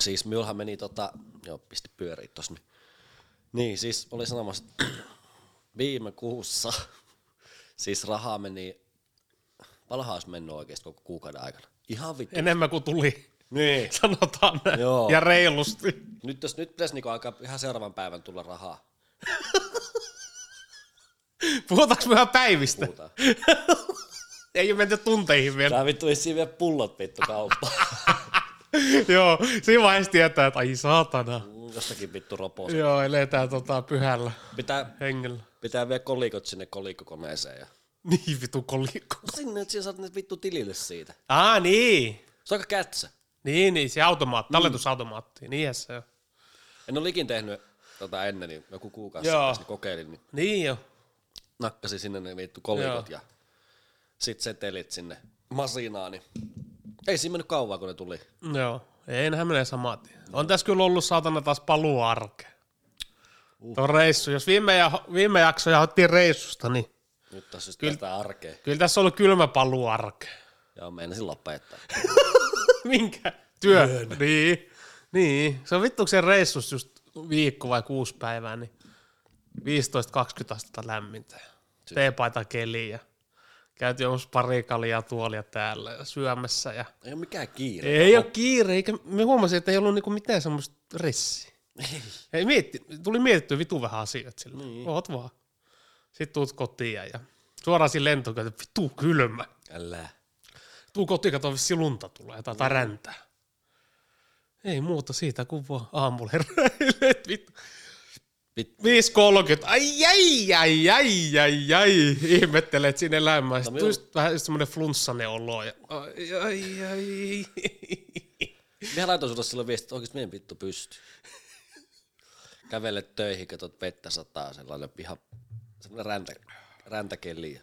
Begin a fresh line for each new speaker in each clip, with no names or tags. siis minullahan meni tota, joo, pisti pyörii tossa. nyt. Niin, siis oli sanomassa, että viime kuussa, siis rahaa meni, palha olisi mennyt oikeasti koko kuukauden aikana. Ihan vittu.
Enemmän kuin tuli,
Niin.
sanotaan näin.
Joo.
Ja reilusti.
Nyt, jos, nyt pitäisi niinku alkaa ihan seuraavan päivän tulla rahaa.
Puhutaanko me ihan päivistä?
Puhutaan.
Ei ole menty tunteihin vielä.
Tää vittu vissiin vielä pullot vittu kauppaan.
Joo, siinä vaiheessa tietää, että ai saatana.
Jostakin vittu roposta.
Joo, eletään tota pyhällä
Pitää,
hengellä.
pitää vielä kolikot sinne kolikkokoneeseen. Ja...
Niin vitu kolikko.
No Sinne, että sinä saat ne vittu tilille siitä.
Ah, niin.
Se on aika kätsä.
Niin, niin, se automaatti, talletusautomaatti. Niin, Niinhän se on.
En ole ikin tehnyt tota ennen, niin joku kuukausi
Joo.
sitten sitten kokeilin, niin
Niin jo.
nakkasi sinne ne vittu kolikot ja
Joo.
sit setelit sinne masinaan, niin ei siinä mennyt kauan, kun ne tuli.
Joo, ei enää menee samaa tien. On tässä kyllä ollut saatana taas paluu arkeen. Uh. Tuo reissu, jos viime, ja, viime jaksoja otettiin reissusta, niin
Nyt taas just päästään arkeen.
kyllä tässä on ollut kylmä paluu arkeen.
Ja meinasin lopettaa.
Minkä? Työ. Niin. niin. Se on vittu se reissus just viikko vai kuusi päivää, niin 15-20 astetta lämmintä. Teepaita keliä. Käytiin jomassa pari kaljaa tuolia täällä ja syömässä. Ja...
Ei ole mikään kiire.
Ei ole kiire, eikä me huomasin, että ei ollut niinku mitään semmoista rissiä. Ei, mietti, tuli mietittyä vitu vähän asioita sillä. Niin. Oot vaan. Sitten tuut kotiin ja- ja suoraan siinä lentokentällä, vitu kylmä.
Älä.
Tuu kotiin, kato, vissi lunta tulee tai jotain räntää. Ei muuta siitä, kun vaan aamulla heräilet, vittu.
Vittu.
5.30, ai jäi, jäi, jäi, jäi, jäi, ihmettelet siinä elämää. Sitten
No minun-
tuli just vähän just semmoinen flunssanen olo ja ai, ai, ai.
Minä laitoin sulle silloin viesti, että oikeesti meidän vittu pystyy. Kävelet töihin, katsot vettä sataa, sellainen piha, sellainen räntä, räntäkeli.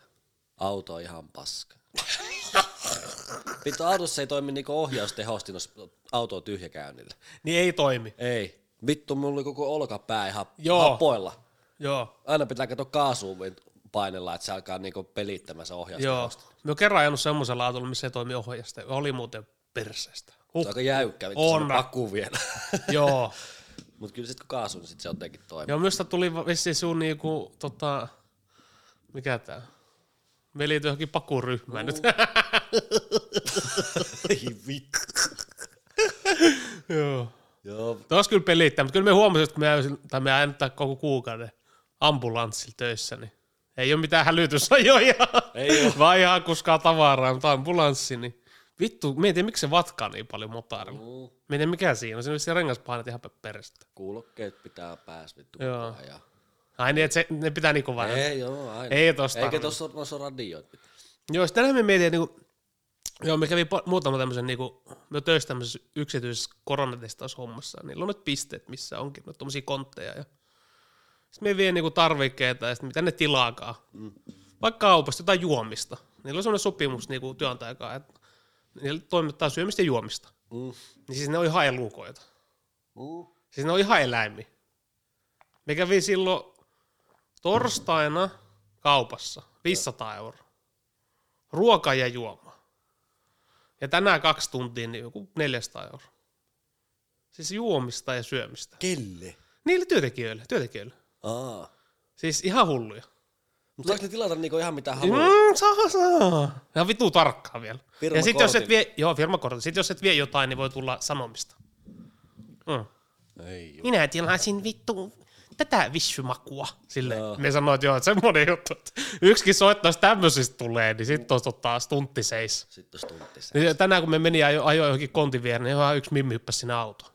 Auto on ihan paska. Vittu, autossa ei toimi niinku ohjaustehostin, jos auto on tyhjäkäynnillä.
Niin ei toimi.
Ei. Vittu, mulla oli koko olkapää ihan
Joo.
Joo. hapoilla.
Joo,
Aina pitää katsoa kaasuun vittu, painella, että se alkaa niinku pelittämään se ohjaus.
joo. Me on kerran ajanut semmoisella autolla, missä ei toimi ohjasta. Oli muuten perseestä.
Se on
Huh.
aika jäykkä, vittu,
On.
on paku vielä.
joo.
Mut kyllä sit kun kaasu, niin sit se jotenkin toimii.
Joo, minusta tuli va- vissiin sun niinku, tota, mikä tää? Me liittyy johonkin pakuryhmään nyt.
Ei vittu.
Joo.
Joo,
Tuo olisi kyllä pelittää, mutta kyllä me huomasin, että kun me ajoin, tai me ajan tää koko kuukauden ambulanssilla töissä, niin ei ole mitään hälytysajoja,
Ei oo.
vaan ihan kuskaa tavaraa, mutta ambulanssi, niin vittu, mietin, miksi se vatkaa niin paljon motarilla.
Mm,
Mietin, mikä siinä on, siinä on vissiin rengaspainet ihan peristä.
kuulokkeet pitää pääs vittu
Joo.
koko ajan.
Ai niin, että se, ne pitää niinku vähän.
Ei joo, aina.
Ei tosta
Eikä
tarvi.
tossa ole noissa radioit. vittu.
Joo, sitten tänään me mietin, että niinku, joo, me kävi po- muutama tämmöisen, niinku, me töissä tämmöisessä yksityisessä koronatestaushommassa, niin niillä on nyt pisteet, missä onkin, no tommosia kontteja. Ja... Sitten me vie niinku tarvikkeita ja sitten mitä ne tilaakaan. Mm. Vaikka kaupasta jotain juomista. Niillä on semmoinen sopimus niinku työnantajakaan, että niillä toimittaa syömistä ja juomista.
Mm.
Niin siis ne on ihan elukoita.
Mm.
Siis ne on ihan eläimiä. Me kävi silloin torstaina kaupassa 500 euroa. Ruoka ja juoma. Ja tänään kaksi tuntia niin joku 400 euroa. Siis juomista ja syömistä.
Kelle?
Niille työntekijöille, työntekijöille.
Aa.
Siis ihan hulluja.
Mutta saaks ne tilata niinku ihan mitä haluaa?
Mm, saa, saa. Ja vitu tarkkaa vielä. Ja
Firmakortin.
sit jos et vie, joo, firmakortti. Sit jos et vie jotain, niin voi tulla sanomista. Mm.
Ei joo.
Minä tilasin vittu tätä vissymakua. Silleen.
Joo.
Me sanoin, että joo, että semmoinen juttu, että yksikin soittaa, jos tämmöisistä tulee, niin sitten on tota stuntti seis.
Sitten olisi tunti se.
Niin tänään kun me meni ja ajo, ajoin johonkin kontin viereen, niin ihan yksi mimmi hyppäsi sinne autoon.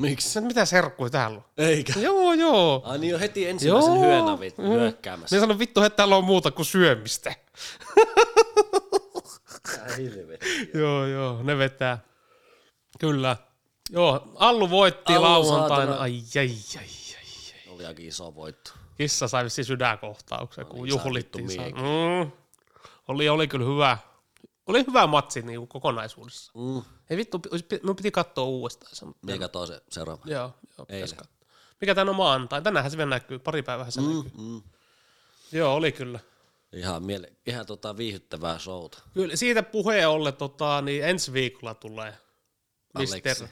Miksi?
Sä, mitä serkkuja täällä on?
Eikä.
joo, joo.
Ai niin jo heti ensimmäisen
Joo. Mm.
hyönä vittu
Joo.
hyökkäämässä.
Ne sanoi, vittu, että täällä on muuta kuin syömistä.
Ai helvetti.
joo, joo, ne vetää. Kyllä. Joo, Allu voitti
Allu,
lauantaina.
saatana.
Ai, ai, ai, ai.
Oli aika iso voitto.
Kissa sai vissiin sydänkohtauksen, kun
niin,
juhlittiin.
saa
Saa.
vittu
Mm. Oli, oli kyllä hyvä. Oli hyvä matsi niin kuin kokonaisuudessa.
Mm.
Ei vittu, pi- olisi pi- minun piti katsoa uudestaan se. Mutta,
Mie katoo se seuraava.
joo, joo, pitäisi
Eilen.
katsoa. Mikä tän on maanantai? Tänäänhän se vielä näkyy, pari päivää se mm. näkyy.
Mm.
Joo, oli kyllä.
Ihan, miele- ihan tota viihdyttävää showta.
Kyllä, siitä puheen ollen tota, niin ensi viikolla tulee
Aleksi.
Mister,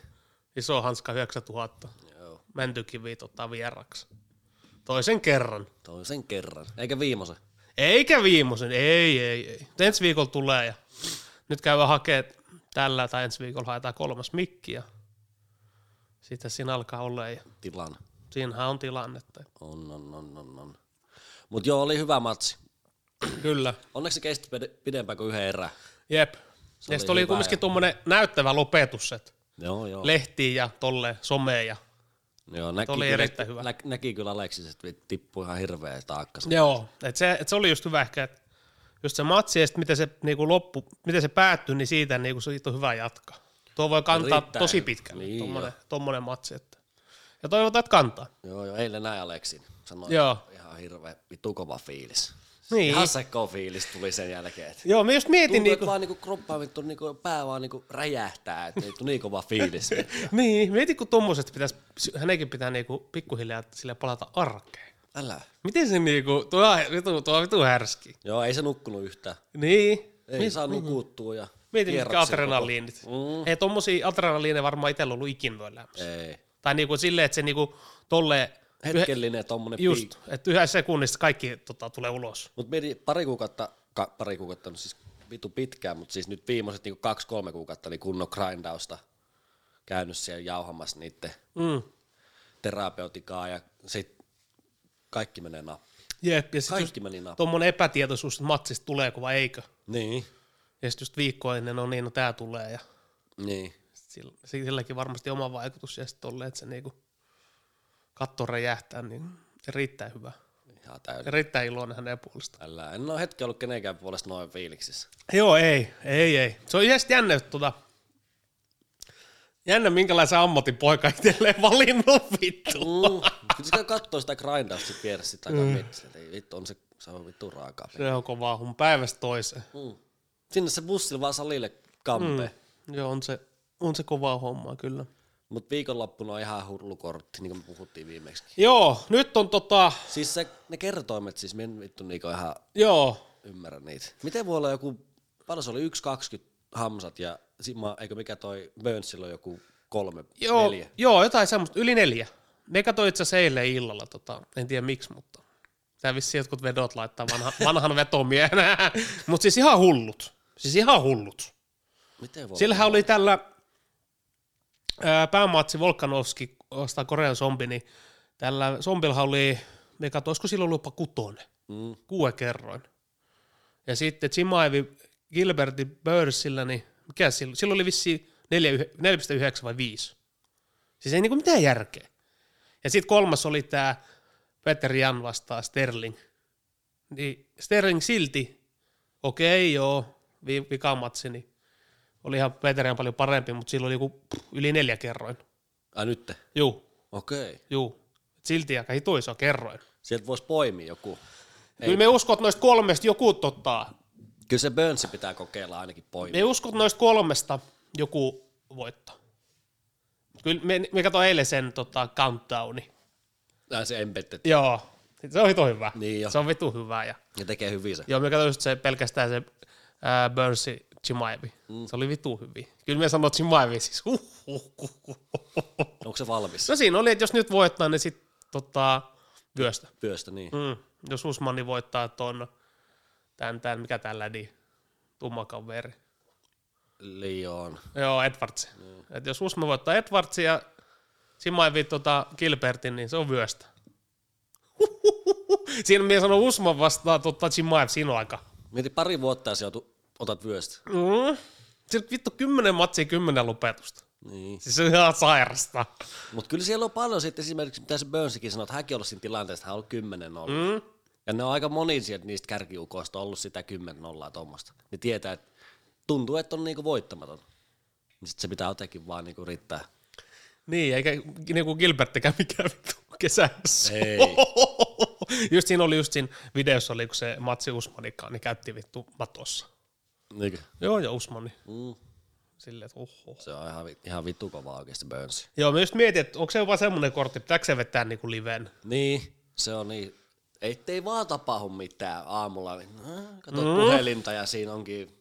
Iso hanska 9000.
Joo,
Mäntykivi ottaa vieraksi. Toisen kerran.
toisen kerran. Eikä viimeisen.
Eikä viimeisen, ei, ei, ei. Mut Ensi viikolla tulee ja nyt käydään hakemaan tällä tai ensi viikolla haetaan kolmas mikki ja sitten siinä alkaa olla ja
Tilan.
siinähän on tilannetta.
On, on, on, on, on. Mut joo, oli hyvä matsi.
Kyllä,
Onneksi se kesti pide- pidempään kuin yhden erän.
jep.
Se
Ja
oli
sitten oli
hyvä
kumminkin
ja-
tuommoinen näyttävä lopetus, että
Joo, joo.
lehtiin ja tolle someen ja
joo näki,
oli
kyllä,
erittäin hyvä.
Nä, näki kyllä Aleksis, että tippui ihan hirveä taakka. sinne.
Joo, että se, et se oli just hyvä ehkä, että just se matsi ja sit miten se, niinku loppu, miten se päättyi, niin siitä, niinku, siitä on hyvä jatkaa. Tuo voi kantaa
Riittää.
tosi pitkälle,
Niin,
niin tuommoinen matsi. Että. Ja toivotaan, että kantaa.
Joo, joo, eilen näin Aleksin. Sanoin,
Joo.
ihan hirveä vittu kova fiilis.
Niin.
Ihan sekko fiilis tuli sen jälkeen. Että
Joo, mä just mietin,
Tuntuu,
niinku,
että vaan niinku kroppaa vittu, niinku pää vaan niinku räjähtää, että ei tule niin kova fiilis.
niin, mietin, kun tuommoisesta pitäisi, hänenkin pitää niinku pikkuhiljaa sille palata arkeen.
Älä.
Miten se niinku, tuo on vitu, tuo on vitu härski.
Joo, ei se nukkunut yhtään.
Niin,
Ei saa nukuttua ja
mietin mitkä
kierroksia
adrenaliinit. Mm. Ei tommosia adrenaliineja varmaan itsellä ollut ikinä noin lämpössä.
koko- Ei.
Tai niinku silleen, että se niinku tolleen,
Hetkellinen tommonen piikki.
Just, että yhdessä sekunnissa kaikki tota, tulee ulos.
Mutta meni pari kuukautta, ka, pari kuukautta, no siis vitu pitkään, mutta siis nyt viimeiset niinku kaksi-kolme kuukautta oli kunnon grindausta käynyt siellä jauhamassa niiden
Mm.
terapeutikaa ja sit kaikki menee nappiin.
Jep, ja sitten just
Kaikki meni nappiin.
tuommoinen epätietoisuus, että matsista tuleeko vai eikö.
Niin.
Ja sitten just viikko ennen, no niin, no tää tulee. Ja
Niin.
sit sillä, silläkin varmasti oma vaikutus ja sitten tolleen, että se niinku katto räjähtää, niin riittää hyvä.
Ihan täynnä.
Ja riittää iloinen hänen puolestaan.
Tällä. En ole hetki ollut kenenkään puolesta noin fiiliksissä.
Joo, ei, ei, ei. Se on just jännä, että tota, jännä minkälaisen ammatin poika itselleen valinnut vittu.
Mm. Kyllä sitä katsoo sitä grindausta sit vieressä sitä mm. Ei vittu, on se, se on vittu raakaa.
Se on kovaa, hun päivästä toiseen.
Mm. Sinne se bussilla vaan salille kampe. Mm.
Joo, on se, on se kovaa hommaa kyllä.
Mutta viikonloppuna on ihan hullu kortti, niin kuin me puhuttiin viimeksi.
Joo, nyt on tota,
Siis se, ne kertoimet, siis minä en vittu niinku ihan
joo,
ymmärrä niitä. Miten voi olla joku, paljon se oli 1,20 hamsat ja Sima, eikö mikä toi Burnsilla on joku kolme,
joo,
neljä.
joo jotain semmoista, yli neljä. Ne katsoi itse asiassa eilen illalla, tota, en tiedä miksi, mutta tää vissiin jotkut vedot laittaa vanha, vanhan vetomiehenä. Mutta siis ihan hullut, siis ihan hullut.
Miten voi
Sillähän oli tällä ää, päämatsi Volkanovski vastaan Korean zombi, niin tällä zombillahan oli, me katsoin, olisiko silloin ollut jopa kutonen.
Mm,
kuue kerroin. Ja sitten Chimaevi Gilbertin pörssillä, niin mikä silloin, silloin oli vissiin 4,9 vai 5. Siis ei niinku mitään järkeä. Ja sitten kolmas oli tämä Peter Jan vastaa Sterling. Niin Sterling silti, okei okay, joo, vi- vikamatsi, niin oli ihan Peter Jan paljon parempi, mutta silloin oli joku pff, yli neljä kerroin.
ai nyt,
Juu,
okei. Okay.
juu. Silti aika hitu iso kerroin.
Sieltä voisi poimia joku. Ei.
Kyllä me uskon, että noista kolmesta joku ottaa
Kyllä se Burnsi pitää kokeilla ainakin poimia.
Me uskon, että noista kolmesta joku voittaa. Kyllä me, me katsoin eilen sen tota, countdowni.
Ai Niin. se embedded.
Joo, se on hito hyvä.
Niin jo.
se on vitu hyvä. Ja,
Ja tekee hyvin se.
joo, me katsoin just se, pelkästään se ää, Burnsi Chimaevi. Mm. Se oli vitu hyvin. Kyllä me sanoin Chimaevi siis. Huh, huh, huh, huh, huh.
Onko se valmis?
No siinä oli, että jos nyt voittaa, niin sitten tota, vyöstä.
Pyöstä, niin.
Mm. Jos Usmani voittaa ton, tän, tän, mikä tällä niin, tumma kaveri.
Leon.
Joo, Edwards. Mm. Et jos Usma voittaa Edwardsin ja Simaivi tota Gilbertin, niin se on vyöstä. Siinä minä sanon Usman vastaan tota Chimaev, siinä on aika.
Mieti pari vuotta ja sieltä otat vyöstä.
Mm. Siinä vittu kymmenen matsia kymmenen lopetusta.
Niin.
Siis se on ihan sairasta.
Mutta kyllä siellä on paljon sitten esimerkiksi, mitä se Burnsikin sanoi, että hänkin on ollut siinä tilanteessa, hän on ollut 10 ollut. Mm. Ja ne on aika moni sieltä niistä kärkiukoista ollut sitä 10 nollaa tuommoista. Ne tietää, että tuntuu, että on niinku voittamaton. Sitten se pitää jotenkin vaan niinku riittää.
Niin, eikä niinku Gilberttikään mikään vittu kesässä.
Ei.
just siinä oli just siinä videossa, oli, kun se matsi Usmanikaan, niin käytti vittu matossa.
Niinkö?
Joo, ja Usmani.
Mm.
Silleen, että oho.
Se on ihan, vi- ihan vittu kova oikeasti Burnsi.
Joo, mä just mietin, että onko se jopa semmoinen kortti, pitääkö se vetää niinku liven?
Niin, se on niin. No, Ettei vaan tapahdu mitään aamulla. Niin, äh, kato mm. puhelinta ja siinä onkin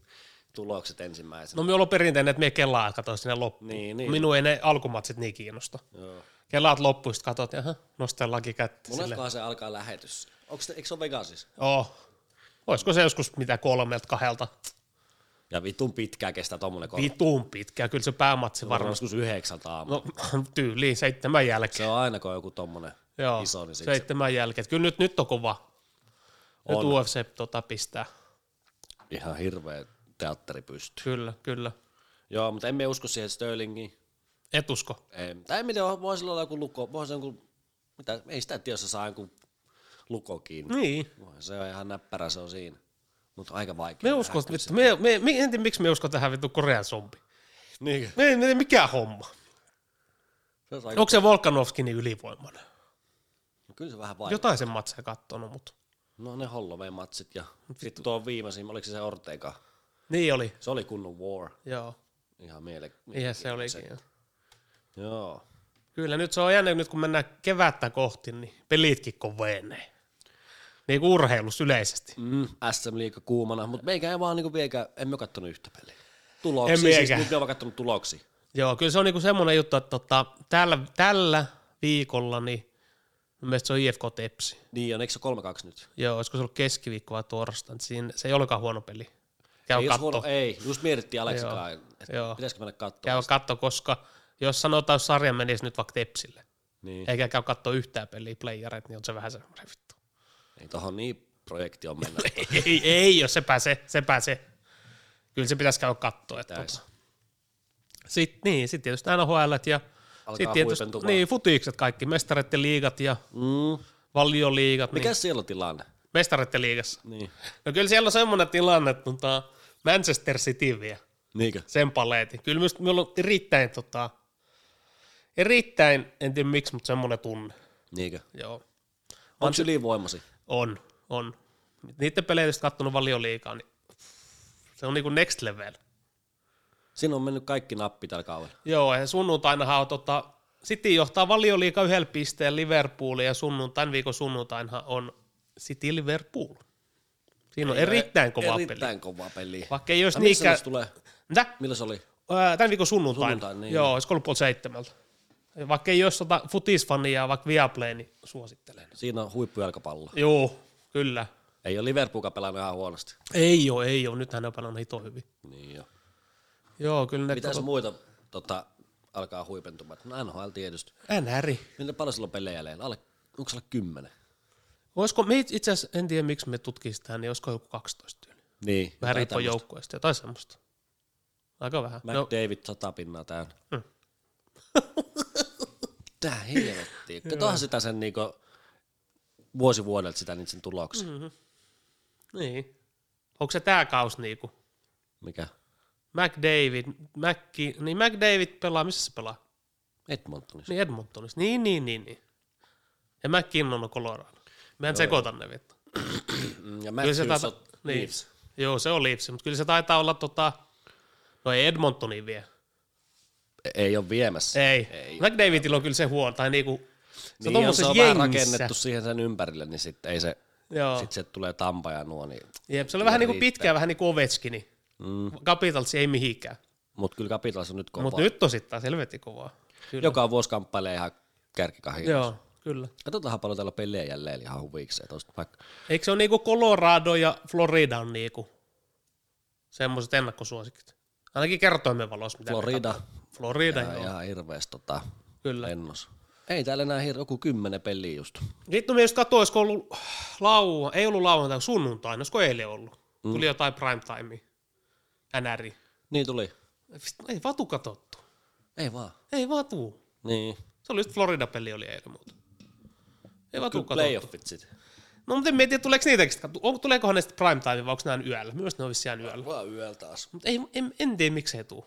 tulokset ensimmäisenä.
No me ollaan perinteinen, että me kelaa katsoa sinne loppuun.
Niin, niin.
Minun ei ne alkumatsit niin kiinnosta.
Joo.
Kelaat loppuun, sitten katsot, jaha, nostellaankin kättä. No, sille.
Moneskohan se alkaa lähetys? Onko se, eikö se ole Vegasissa?
Oh. Olisiko se joskus mitä kolmelta kahdelta?
Ja vitun pitkää kestää tommonen kolme.
Vitun pitkää, kyllä se päämatsi
Varmaan
varmasti.
joskus yhdeksältä aamulla.
No tyyliin seitsemän
Se
jälkeen.
on aina, kun on joku tommonen
Joo,
iso, niin sit se,
seitsemän jälkeen. Kyllä nyt, nyt on kova. Nyt
On.
UFC tota, pistää.
ihan hirveä teatteri pystyy.
Kyllä, kyllä.
Joo, mutta emme usko siihen Sterlingiin.
Etusko.
Ei, tai en tiedä, voi sillä olla joku lukko, voi se joku, mitä, ei sitä tiedä, jos se saa joku lukko kiinni.
Niin.
Voi, Se on ihan näppärä, se on siinä. Mutta aika vaikea.
Me uskon, vittu, me, me, me, en tiedä, miksi me uskon tähän vittu Korean zombi.
Niin.
Me ei, me ei mikä homma.
Se on aika,
Onko se Volkanovski niin ylivoimainen? No,
Kyllä se vähän vaikea.
Jotain sen matseja kattonut, mutta
No ne Holloway matsit ja sitten tuo viimeisin, oliko se se Ortega?
niin oli.
Se oli kunnon war.
Joo,
Ihan miele-
ihan se olikin. joo.
Joo.
Kyllä, nyt se on jännä, nyt kun mennään kevättä kohti, niin pelitkin kovenee. Niin kuin urheilussa yleisesti.
Mm, SM liiga kuumana, mutta meikä ei vaan niinku vieläkään, emme ole kattonut yhtä peliä. Tuloksia,
En
siis
miekään.
nyt me ollaan kattonut tuloksia.
Joo, kyllä se on niinku semmoinen juttu, että tota, tällä, tällä viikolla, niin mun mielestä se on IFK Tepsi.
Niin on, eikö se 3-2 nyt?
Joo, olisiko se ollut keskiviikko vai torstai, niin siinä, se ei olekaan huono peli. Käy
ei, jos huono,
katto,
ei, just mietittiin
Joo.
Aleksikaan, että
Joo.
pitäisikö mennä katsomaan.
käy katto, koska jos sanotaan, jos sarja menisi nyt vaikka Tepsille,
Niin.
eikä käy katsoa yhtään peliä playereita, niin on se vähän semmoinen vittu.
Ei tohon niin projekti on mennä.
ei, ei, jos se pääsee, se pääsee. Kyllä se pitäisi käydä katsoa. Että
Pitäis.
tota. Sitten niin, sit tietysti NHL ja
Alkaa
sit tietysti,
huipentumaan.
niin, futikset kaikki, mestareiden liigat ja
mm.
valioliigat.
Mikä
Niin,
siellä on tilanne?
mestareiden liigassa.
Niin.
No kyllä siellä on semmoinen tilanne, että tota, Manchester City vie
Niinkö?
sen paleetin. Kyllä minusta minulla on erittäin, tota, erittäin, en tiedä miksi, mutta semmoinen tunne.
Niinkö?
Joo.
Onko ylivoimasi?
On, on. Niiden pelejä, jos kattonut valioliikaa, niin se on niinku next level.
Siinä on mennyt kaikki nappi tällä kaudella.
Joo, ja sunnuntainahan on tota, City johtaa valioliikaa yhdellä pisteen Liverpoolia ja sunnuntain viikon sunnuntainhan on City Liverpool. Siinä on erittäin kova
erittäin
peli.
Erittäin kova peli.
Vaikka ei olisi
Tai missä
niinkään...
se tulee?
Mitä?
Milloin se oli?
Ää, Tämän viikon sunnuntaina.
Sunnuntaina, niin.
Joo, olisiko ollut puoli seitsemältä. Ja Vaikka ei olisi tota futisfania, vaikka Viaplay, niin suosittelen.
Siinä on huippujalkapallo.
Joo, kyllä.
Ei ole Liverpoolkaan pelannut ihan huonosti.
Ei ole, ei ole. Nythän ne on pelannut hito hyvin.
Niin jo.
Joo, kyllä ne...
Mitäs muita tota, alkaa huipentumaan? No NHL tietysti.
NR.
Miten paljon sillä on pelejä jäljellä? Alle, onko sillä kymmenen?
Olisiko, me itse asiassa, en tiedä miksi me tutkisimme sitä, niin olisiko joku 12 tyyli.
Niin.
Vähän
jotain
riippuu
tämmöstä.
joukkueesta, jotain semmoista. Aika vähän.
Mac
no, Mm.
David sata pinnaa täynnä. Tää helvettiin. Katohan sitä sen niinku vuosi vuodelta sitä niitä sen tuloksia. Mm.
niin. Onko se tää kaus niinku?
Mikä?
McDavid, Macki, niin McDavid pelaa, missä se pelaa?
Edmontonissa.
Niin Edmontonissa. Niin, niin, niin, niin. Ja McKinnon on Colorado. Mehän sekoitan ne vittu.
Mm, Ja
Kyllä se
Matthews
taitaa,
on
niin.
Leafs.
Joo, se on Leafs, mutta kyllä se taitaa olla tota, no ei Edmontoni vie.
Ei ole viemässä.
Ei.
Ei.
ei. McDavidilla on kyllä se huono, tai niinku, se
Niin, on, se
tommosessa
on vähän
jengissä. No.
rakennettu siihen sen ympärille, niin sitten ei se,
Joo.
sit se tulee tampa ja nuo, niin
Jep, se oli vähän niin kuin
riittää.
pitkään, vähän niin kuin Ovechkini. Mm. Capitals ei mihinkään.
Mutta kyllä Capitals on nyt kova.
Mutta nyt on sitten taas helvetin kovaa. Kyllä.
Joka vuosi kamppailee ihan kärkikahin.
Joo, kyllä.
Katsotaan paljon täällä pelejä jälleen ihan huvikseen. Tosta vaikka.
Eikö se ole niinku Colorado ja Florida on niinku semmoiset ennakkosuosikit? Ainakin kertoimen valossa. Mitä me
Florida.
katsotaan. Florida,
Ja
joo.
ihan hirveästi tota,
Kyllä.
lennos. Ei täällä enää hir- joku kymmenen peliä just.
Vittu, me just katsoin, olisiko ollut laua, ei ollut lauantai, sunnuntaina, olisiko eilen ollut? Mm. Tuli jotain prime time, NRI.
Niin tuli.
Vittu, Ei vatu katsottu.
Ei vaan.
Ei vatu.
Niin.
Se oli just Florida-peli oli eilen muuta. Ei
Kyllä
vatu katsottu.
playoffit sit.
No mutta en mietin, tuleeko niitäkin, sit- on, tuleekohan ne sitten prime time vai onko nämä yöllä? Myös ne on vissiin yöllä.
Vaan yöllä taas.
Mutta ei, en, en tiedä miksi ei tuu.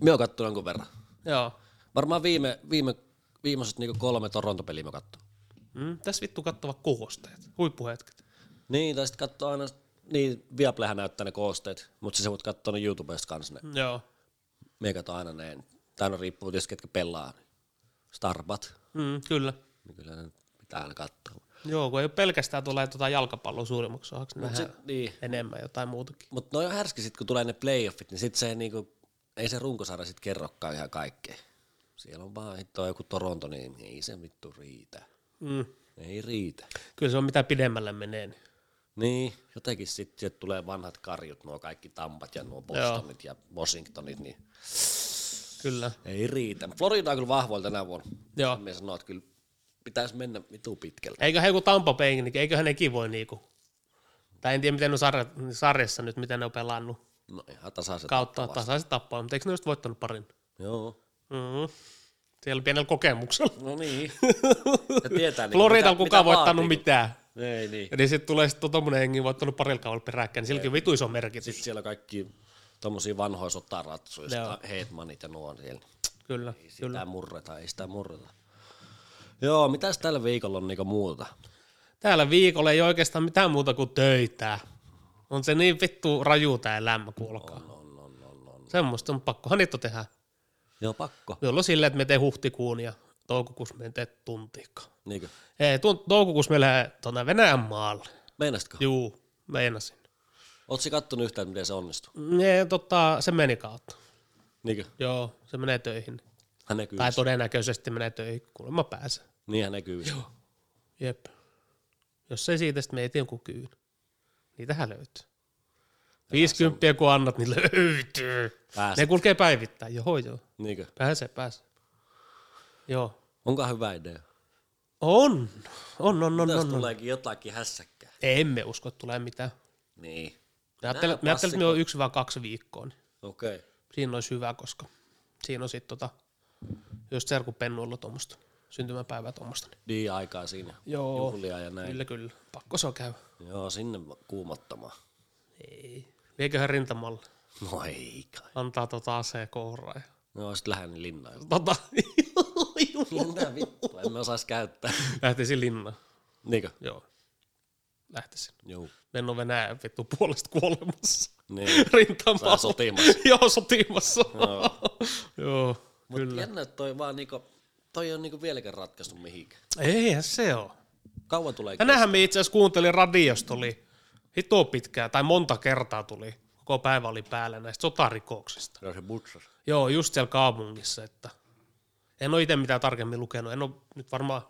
Me oon kattonut jonkun verran.
Joo.
Varmaan viime, viime, viimeiset niinku kolme Toronto-peliä mä kattonut.
Mm, tässä vittu kattova kohosteet, huippuhetket.
Niin, tai sitten katsoo aina, niin Viaplayhän näyttää ne koosteet, mutta siis sä voit katsoa ne YouTubesta kanssa ne.
Joo.
Me katsoin aina ne, tai no riippuu tietysti ketkä pelaa. Starbat,
Mm, kyllä.
niin kyllä ne pitää aina katsoa.
Joo, kun ei ole pelkästään tulee tuota jalkapalloa suurimmaksi osaksi, niin
Mut
vähän
sit, niin.
enemmän jotain muutakin.
Mutta no on härski sit, kun tulee ne playoffit, niin sit se ei niinku, ei se runkosarja sit kerrokaan ihan kaikkea. Siellä on vaan hittoa joku Toronto, niin ei se vittu riitä.
Mm.
Ei riitä.
Kyllä se on mitä pidemmälle menee. Niin.
Niin, jotenkin sitten tulee vanhat karjut, nuo kaikki Tampat ja nuo Bostonit ja Washingtonit, niin
Kyllä.
ei riitä. Florida on kyllä vahvoilla tänä vuonna.
Joo.
Me sanoa, että kyllä pitäisi mennä vitu pitkälle.
Eiköhän joku Tampa Bay, niin eiköhän nekin voi niinku. Tai en tiedä, miten ne on sarja- sarjassa nyt, miten ne on pelannut.
No ihan tasaiset.
Kautta tasaiset tappaa, mutta eikö ne just voittanut parin?
Joo.
Mm-hmm. Siellä oli pienellä kokemuksella.
No niin. Ja tietää, niin
Florida on kukaan voittanut mitään.
Ei niin.
Ja niin sitten tulee sitten tuommoinen hengi voittanut parilla kaudella peräkkäin, niin silläkin on vitu iso merkitys.
Sitten siellä on kaikki tommosia vanhoja sotaratsuja,
Joo.
heetmanit ja nuo on siellä.
Kyllä,
Sitä
kyllä.
murreta, ei sitä murreta. Joo, mitäs tällä viikolla on niinku muuta?
Täällä viikolla ei oikeastaan mitään muuta kuin töitä. On se niin vittu raju tää elämä, kuulkaa.
On, on, on, on, on.
Semmoista on pakkohan niitä tehdä.
Joo, pakko.
Me ollaan silleen, että me teen huhtikuun ja toukokuussa me teen tuntiikka.
Niinkö?
Ei, tuon toukokuussa me lähdetään tuonne Venäjän maalle.
Meinasitko?
Juu, meinasin.
Ootko kattonut yhtään, miten se onnistuu?
Ne, tota, se meni kautta.
Niinkö?
Joo, se menee töihin.
Hän näkyy.
Tai todennäköisesti menee töihin, kuulemma pääsee.
Niin hän näkyy. Joo.
Jep. Jos ei siitä, sitten meitä jonkun kyyn. Niitähän löytyy. 50 kun annat, niin löytyy.
Pääset.
Ne kulkee päivittäin. Joo, joo.
Niinkö?
Pääsee, pääsee. Joo.
Onko hyvä idea?
On. On, on, on,
Jos
on. on.
tuleekin jotakin hässäkkää.
Emme usko, että tulee mitään.
Niin.
Me ajattelin, me ajattelin, että me on yksi vai kaksi viikkoa. Niin
Okei. Okay.
siinä olisi hyvä, koska siinä on sitten tota, just serkupennuilla tuommoista syntymäpäivää tuommoista. Niin.
Niin aikaa siinä.
Joo.
Juhlia ja näin.
Kyllä, kyllä. Pakko se on käydä.
Joo, sinne kuumottamaan.
Ei. Vieköhän rintamalle.
No ei kai.
Antaa tota aseen kouraan. ja-
No sit lähden linnaan.
Tota.
Mitä vittua, en mä osais käyttää.
Lähtisin linnaan.
Niinkö?
Joo. Lähtisin.
Joo.
Mennään on Venäjän vittu puolesta kuolemassa.
Niin. Saa
Rintamalla.
sotimassa.
Joo, sotimassa. Joo,
Mut
kyllä.
jännä, että toi vaan niinku, toi on niinku vieläkään ratkaistu mihinkään.
Eihän se oo.
Kauan tulee
Tänäänhän me itse asiassa kuuntelin radiosta, tuli hito pitkää, tai monta kertaa tuli, koko päivä oli päällä näistä sotarikoksista.
No se butcher.
Joo, just siellä kaupungissa, että en ole itse mitään tarkemmin lukenut, en ole nyt varmaan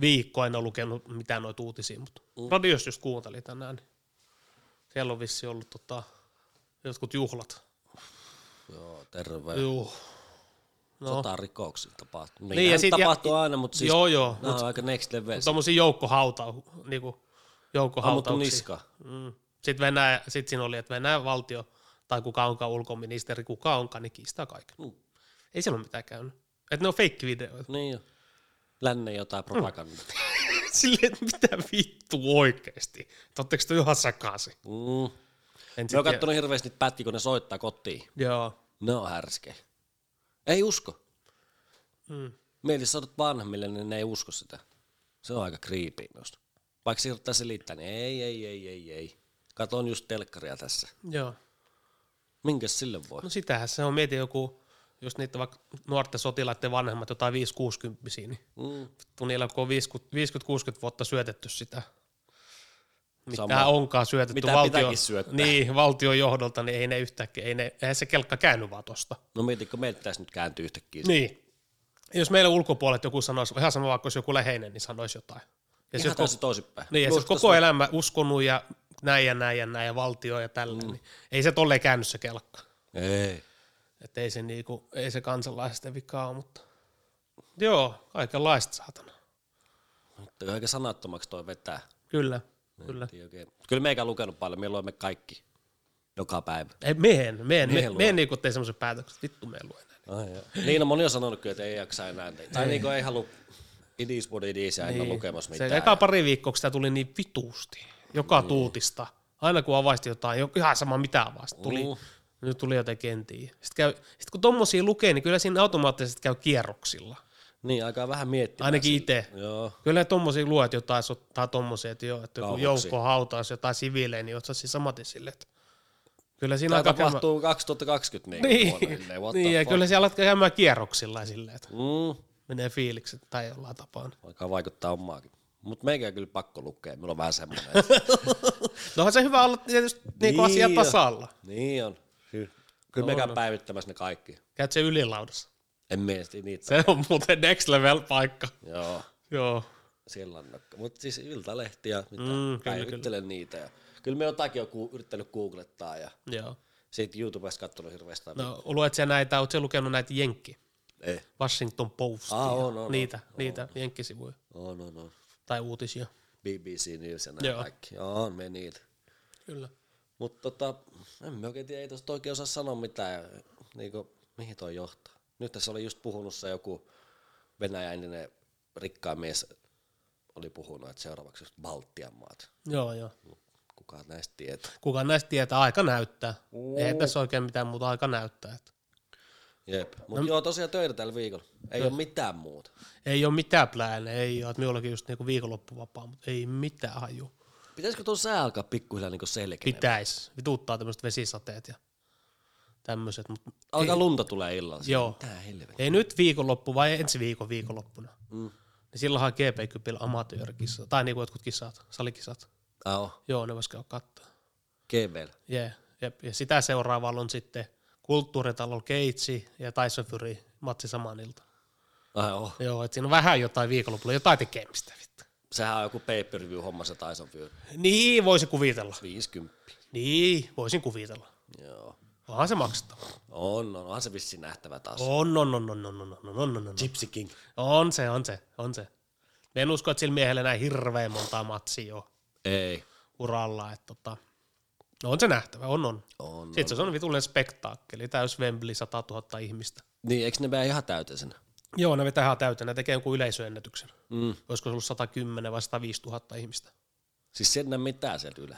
viikkoa en ole lukenut mitään noita uutisia, mutta mm. radiosta just kuuntelin tänään, niin siellä on vissi ollut tota, jotkut juhlat.
Joo, terve.
Joo.
No. Sotarikoksia tapahtuu. Niin,
Niin, ja
ja
sit-
tapahtuu
ja-
aina, mutta siis
joo, joo,
nämä on aika next level.
Tuommoisia joukkohauta, niinku,
Ammuttu
joukkohautauksia.
niska.
Mm. Sitten Venäjä, sit siinä oli, että Venäjän valtio tai kuka onkaan ulkoministeri, kuka onkaan, niin kiistää kaiken.
Mm.
Ei siellä ole mitään käynyt. Että ne on fake-videoita.
Niin jo. Länne jotain
Mm.
propagandaa.
Silleen, että mitä vittu oikeesti? Oletteko te ihan sakasi?
Mm.
En
Me
sit
oon
tiedä.
kattonut hirveästi niitä pätkiä, kun ne soittaa kotiin.
Joo.
Ne on härskejä. Ei usko.
Mm.
Mieli sanot vanhemmille, niin ne ei usko sitä. Se on aika creepy minusta. Vaikka se yrittää selittää, niin ei, ei, ei, ei, ei. Katon just telkkaria tässä.
Joo.
Minkä sille voi?
No sitähän se on, mieti joku, just niitä vaikka nuorten sotilaiden vanhemmat, jotain 5-60, niin
Mm.
vittu niillä kun on 50-60 vuotta syötetty sitä, mitä
Sama.
onkaan syötetty
Mitä
valtio,
pitääkin syöttää.
niin, valtion johdolta, niin ei ne yhtäkkiä, ei ne, eihän se kelkka käynyt vaan tosta.
No mietitkö, meiltä pitäisi nyt kääntyä yhtäkkiä.
Niin. Jos meillä ulkopuolelta joku sanoisi, ihan sama vaikka jos joku läheinen, niin sanoisi jotain. Ja
Ihan
sitten koko,
täysin toisinpäin.
niin, ja sit
Just
koko elämä uskonut ja näin ja näin ja näin ja valtio ja
Mm.
tällainen, niin ei se tolleen käynyt se kelkka.
tässä- Ei.
Että ei se, niinku, ei se kansalaisten vikaa, mutta joo, kaikenlaista saatana.
Mutta Aika sanattomaksi toi vetää.
Kyllä, kyllä.
Ei oikein. Kyllä meikä on lukenut paljon, me luemme kaikki. Joka päivä.
Ei, mehen, mehen,
Mehen
mehen,
luo.
mehen niinku tee semmoisen päätöksen, vittu me en lue enää.
Ai, niin, no moni on sanonut kyllä, että ei jaksa enää. Ei. Tai niinku ei halua, it is what it is, ja en ole lukemassa mitään.
Niin. Se eka pari viikkoa, kun sitä tuli niin vituusti, joka niin. tuutista. Aina kun avaisti jotain, jo- ihan sama mitä vasta tuli.
Mm.
Mm. Nyt tuli jotenkin en tiedä. Sitten, käy, sitten kun tommosia lukee, niin kyllä siinä automaattisesti käy kierroksilla.
Niin, aikaa vähän miettiä.
Ainakin itse.
Joo.
Kyllä tommosia luet jotain, sot- tai tommosia, että joo, että joku
Kauhuksi.
joukko hautaus jotain siviileen, niin oot sä siis samatin sille, että kyllä siinä
Tämä
alkaa käymään.
tapahtuu 2020 niin,
Niin,
vuonna, silleen, what
niin
the
ja
fuck.
kyllä siellä alkaa käymään kierroksilla ja silleen, että
Mm,
menee fiilikset tai jollain No tapaan.
alkaa vaikuttaa omaakin. Mutta meikä on kyllä pakko lukea, mulla on vähän semmoinen. että-
No onhan se hyvä olla tietysti niin kuin asia
on.
tasalla.
Niin on. Ky- Kyllä meikä on päivittämässä ne kaikki.
Käyt se ylilaudassa.
En miesti niitä.
Se on muuten next level paikka.
Joo,
Joo.
silloin. Mutta siis iltalehti ja mitä,
kyllä,
mm, päivittelen niitä. Ja. Kyllä me jotakin on ku- yrittänyt googlettaa ja
Joo.
siitä YouTubesta katsonut hirveästi. Eh. No.
No luet sä näitä, oot sä lukenut näitä Jenkki?
Ei.
Washington Postia.
Aa, on, on,
niitä, niitä jenkkisivuja
On, on, on.
tai uutisia.
BBC News ja nämä
Joo.
kaikki. On me niitä.
Kyllä.
Mutta tota, en mä oikein tiedä, ei tosta oikein osaa sanoa mitään, niinku, mihin toi johtaa. Nyt tässä oli just puhunut se joku Venäjä entinen rikkaan mies oli puhunut, että seuraavaksi just Baltian maat.
Joo, joo.
Kukaan näistä tietää.
Kuka näistä tietää, aika näyttää. Mm. Ei tässä oikein mitään muuta, aika näyttää. Että.
Jep.
No
Mut joo, tosiaan töitä tällä viikolla. Ei ole mitään muuta.
Ei ole mitään plääne, ei ole. Että minullakin just niinku viikonloppuvapaa, mutta ei mitään haju.
Pitäisikö tuo sää alkaa pikkuhiljaa niinku selkeä?
Pitäis. Vituttaa tämmöiset vesisateet ja tämmöiset. Mut
Alkaa lunta tulee illalla.
Joo.
Tää helvetti.
ei nyt viikonloppu, vai ensi viikon viikonloppuna. Mm. Niin silloinhan GP10 amatöörikissa, tai niinku jotkut kisat, salikisat.
Ah, oh.
Joo, ne vois käydä katsoa.
Keveel.
Yeah, jep. Ja sitä seuraavalla on sitten kulttuuritalo Keitsi ja Tyson Fury matsi saman ilta.
Ah, oh.
Joo, että siinä on vähän jotain viikonlopulla, jotain tekemistä vittu.
Sehän on joku pay-per-view homma se Tyson Fury.
Niin, voisi kuvitella.
50.
Niin, voisin kuvitella.
Joo.
Onhan se maksettava.
On, on, onhan se vissiin nähtävä taas.
On, on, on, on, on, on, on, on, on, on, on.
Gypsy King.
On se, on se, on se. Me en usko, että sillä miehellä näin hirveän montaa matsia on
Ei.
uralla. Että tota, no on se nähtävä, on, on.
On.
Sitten se on vitullinen spektaakkeli, täys Wembley 100 000 ihmistä.
Niin, eikö ne mene ihan täyteisenä?
Joo, ne vetää ihan täytänä, tekee jonkun yleisöennätyksen.
Mm.
Olisiko se ollut 110 vai 105 000 ihmistä?
Siis sen näe mitään sieltä ylä.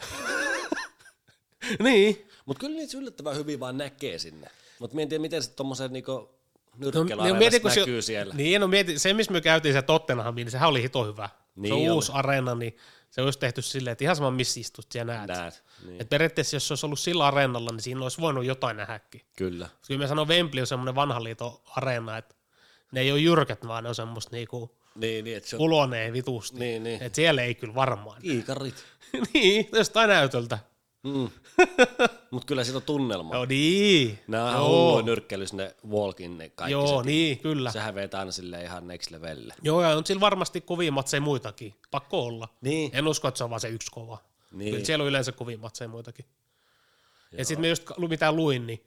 Niin.
Mut kyllä niitä yllättävän hyvin vaan näkee sinne. Mut mä en tiedä, miten se tommosen niinku
No,
nyrkkelaareenassa
niin,
no,
mietin, kun se,
näkyy se... siellä.
Niin, no mietin, se missä me käytiin se Tottenhamiin, niin sehän oli hito hyvä. Niin
Niin
se on
oli.
uusi areena, niin se olisi tehty silleen, että ihan sama missä istut ja näet.
Näet.
Niin.
Niin.
Et periaatteessa jos se olisi ollut sillä areenalla, niin siinä olisi voinut jotain nähäkin.
Kyllä.
Mut Kyllä mä sanon, Wembley on semmoinen vanhan liiton areena, että ne ei ole jyrkät, vaan ne on semmoista niinku
Niin, niin, että se on
ulonee vitusti.
Niin, niin.
Et siellä ei kyllä varmaan.
kiikarit.
niin, jostain näytöltä.
Mm. Mut kyllä siitä on tunnelma.
No niin.
Nää on ihan
Joo.
hulluja nyrkkeilys, ne walkin, ne kaikki
Joo,
se.
niin, kyllä.
Sehän vetää aina silleen ihan next levelle.
Joo, ja on sillä varmasti kovia matseja muitakin. Pakko olla.
Niin.
En usko, että se on vaan se yksi kova.
Niin.
Kyllä siellä on yleensä kovia matseja muitakin. Ja sitten me just ka- lu- mitä luin, niin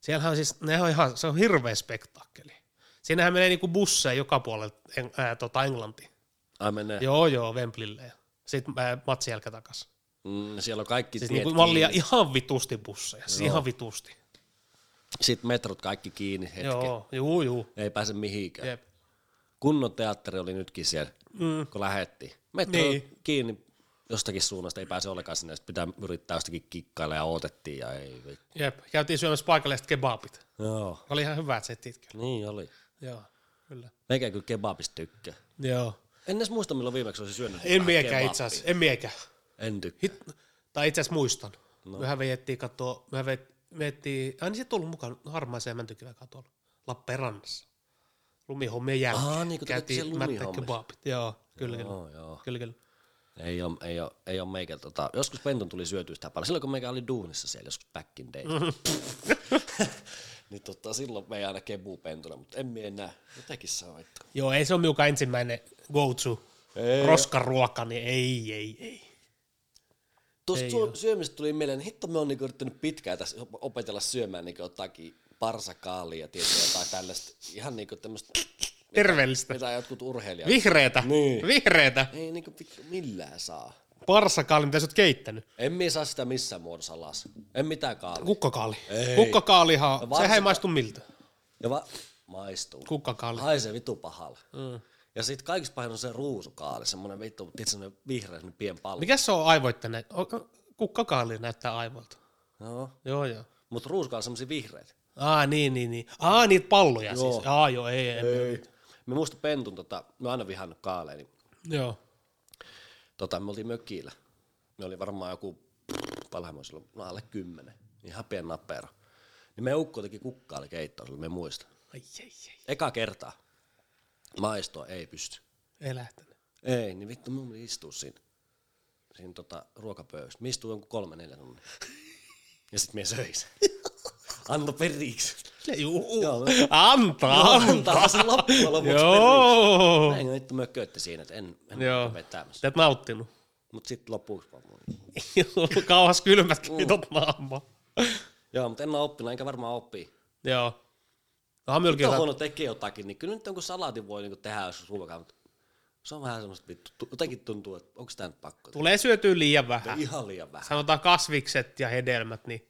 siellähän on siis, ne on ihan, se on hirveä spektaakkeli. Siinähän menee niinku busseja joka puolelta en, ää, tota Englanti.
Ai menee.
Joo, joo, Wembleylle. ja Sitten ää, matsin jälkeen takas.
Mm, siellä on kaikki
Siis
tiet
niinku mallia
kiinni.
ihan vitusti busseja, siis ihan vitusti.
Sitten metrot kaikki kiinni hetki.
Joo, juu, juu.
Ei pääse mihinkään.
Jep.
kunnon teatteri oli nytkin siellä, mm. kun lähettiin. Metro
Niin.
niin. kiinni jostakin suunnasta, ei pääse ollenkaan sinne, sit pitää yrittää jostakin kikkailla ja odotettiin ja ei vittu.
Jep. Käytiin syömässä paikalliset kebabit.
Joo.
Oli ihan hyvät setit kyllä.
Niin oli.
Joo, kyllä.
Meikä kyllä kebabista tykkää.
Joo.
En edes muista, milloin viimeksi olisin syönyt.
En
vähän
miekään
kebabia.
itse asiassa, en miekään.
En tykkää.
Hit, tai itse asiassa muistan. No. Mehän vejettiin katsoa, mehän vet- vejettiin, aina se tullut mukaan no, harmaaseen ja mäntykiven katolla, Lappeenrannassa. Lumihommien jälkeen.
Aa, niin, kun te olitte siellä
mättä
lumihommissa.
kebabit. Joo, kyllä, kyllä.
Joo, joo.
Kyllä, kyllä.
Ei ole, ei ole, ei ole meikä, tota, joskus Penton tuli syötyä sitä paljon. Silloin kun meikä oli duunissa siellä joskus back in day. niin tota, silloin me ei aina kebuu pentulla, mutta en mie enää. Jotenkin se on vittu.
Joo, ei se ole minun ensimmäinen go-to
Ei.
roskaruoka, niin ei, ei, ei.
Tuosta su- syömistä tuli mieleen, niin hitto me on niinku yrittänyt pitkään tässä op- opetella syömään niinku jotakin parsakaalia tietysti jotain tällaista. Ihan niinku tämmöistä,
Terveellistä.
mitä jotkut urheilijat.
Vihreätä,
Niin.
vihreätä.
Ei niinku vittu millään saa.
Parsakaali, mitä sä oot keittänyt?
En mie saa sitä missään muodossa alas. En mitään kaalia.
Kukkakaali. Kukkakaalihan,
No varsinkaan-
sehän ei maistu miltä.
Ja va- maistuu.
Kukkakaali.
Haisee vitu pahalle. Mm. Ja sit kaikista pahin on se ruusukaali, semmonen vittu, tiedätkö semmonen vihreä, semmonen pien pallo.
Mikä se on aivoittene? Kukkakaali näyttää aivoilta.
Joo.
Joo, joo.
Mut ruusukaali on semmosia vihreitä.
Aa, niin, niin, niin. Aa, niitä palloja joo.
Joo.
siis. Aa, joo, ei, ei. ei.
Me muista pentun tota, mä oon aina vihannut kaaleja, niin
Joo.
tota, me oltiin mökillä. Me oli varmaan joku, paljonhan mä oon silloin, no alle kymmenen, ihan pieni napero. Niin me ukko teki kukkaa oli keittoa, silloin me muista.
Ai, ei, ei.
Eka kertaa. Maistoa ei pysty.
Ei lähtenyt.
Ei, niin vittu mun piti istua siinä, siinä tota, ruokapöydässä. Mä istuin jonkun kolme neljä tuntia. Ja sit mä söin sen. Anna periksi.
Juu.
Joo, no.
Antaa.
antaa se loppujen lopuksi periksi.
Joo.
Näin vittu mököitti siinä, että en, en
Joo.
Joo. vetämässä.
Sä et nauttinut.
Mut sit lopuksi vaan mulla.
Joo, Kauhas kylmät liitot naamaa.
Joo, mutta en mä oppinut, enkä varmaan oppi.
Joo. No, Onhan minullakin
Kyllä on
jotain.
huono tekee jotakin, niin kyllä nyt jonkun salaatin voi niinku tehdä, jos ruokaa, mutta se on vähän semmoista vittu. tu- Jotenkin tuntuu, että onko tämä nyt pakko tehdä.
Tulee syötyä liian vähän.
Ihan liian vähän.
Sanotaan kasvikset ja hedelmät, niin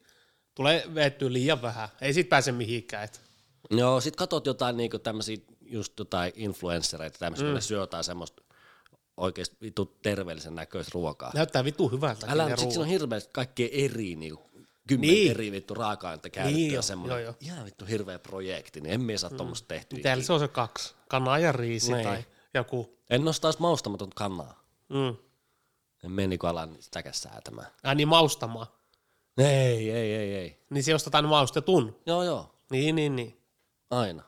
tulee veettyä liian vähän. Ei siitä pääse mihinkään. Et.
Joo, sit katot jotain niinku tämmösiä, just jotain influenssereita, tämmöisiä, mm. ne syö jotain semmoista oikeesti vittu terveellisen näköistä ruokaa.
Näyttää vitu hyvältä.
Älä,
Älä
mutta sit siinä on hirveästi kaikkea eri, niinku, kymmen
Niin.
niin. eri vittu raaka-aineita
Niin
käytettyä
joo,
niin, semmoinen.
joo, joo.
Ihan vittu hirveä projekti, niin en mie saa mm. tommoista tehtyä.
Täällä se on se kaksi. Kana ja riisi
Niin.
tai joku.
En nostaisi maustamaton kanaa.
Mm.
En mene niinku alan sitäkään säätämään.
Ai niin maustamaan.
Ei, ei, ei, ei.
Niin se ostetaan maustetun.
Joo, joo.
Niin, niin, niin.
Aina.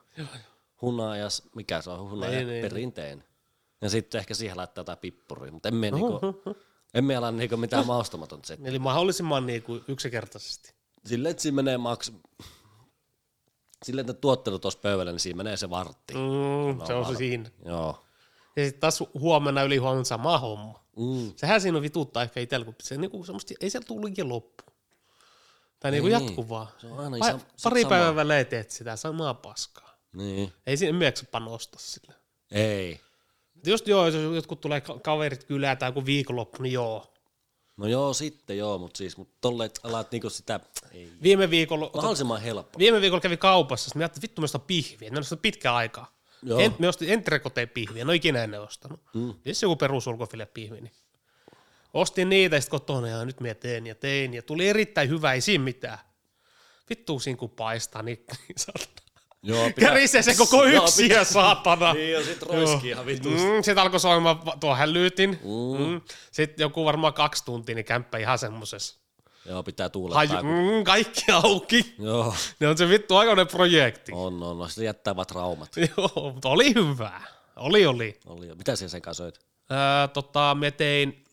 Hunajas, mikä se on, hunaja niin,
Niin, niin,
perinteinen. Ja sitten ehkä siihen laittaa jotain pippuria, mutta emme niinku, emme ala niinku mitään maustamatonta settiä.
Eli mahdollisimman niin kuin yksinkertaisesti.
Silleen, että siinä menee maks... Silleen, että tuottelu tuossa pöydällä, niin siinä menee se vartti. Mm.
Mm, se on se
varma.
siinä.
Joo.
Ja sitten taas huomenna yli huomenna sama homma.
Mm.
Sehän siinä on vituutta ehkä itsellä, kun se, niinku, semmoista, ei siellä tule liian loppu. Tai niinku
Niin.
jatkuvaa.
Se on aina
Pa-
sam-
pari
samaa.
päivää välein teet sitä samaa paskaa.
Niin.
Ei siinä myöksä panosta sille.
Ei.
Et Just joo, jos jotkut tulee ka- kaverit kylään tai joku viikonloppu, niin joo.
No joo, sitten joo, mutta siis, mutta tolle, että alat niinku sitä, ei.
Viime viikolla,
Mahdollisimman helppo.
viime viikolla kävi kaupassa, sitten mä ajattelin, vittu mä ostan pihviä, ne ostan pitkään aikaa.
Joo.
En, mä ostin entrekoteen pihviä, no ikinä en ne ostanut. Mm. Siis joku perusulkofile pihvi, niin ostin niitä ja sitten kotona ja nyt mä teen ja tein ja tuli erittäin hyvä, ei siinä mitään. Vittu siinä kun paistaa, niin niin saatana.
Joo,
Ja risee se koko
Joo,
yksiö, saatana.
Niin, ja sit roiskii ihan vitusti.
Mm, sitten alkoi soimaan va- tuo hälytin. Mm. Mm. Sitten joku varmaan kaksi tuntia, niin kämppä ihan semmosessa.
Joo, pitää tuulettaa.
Haju, mm, kaikki auki.
Joo,
Ne on se vittu aikainen projekti.
on, on, on. Se jättää vaan traumat.
Joo, mutta oli hyvää. Oli, oli.
Oli jo. Mitä siellä sen kanssa söit?
Öö, tota, me tein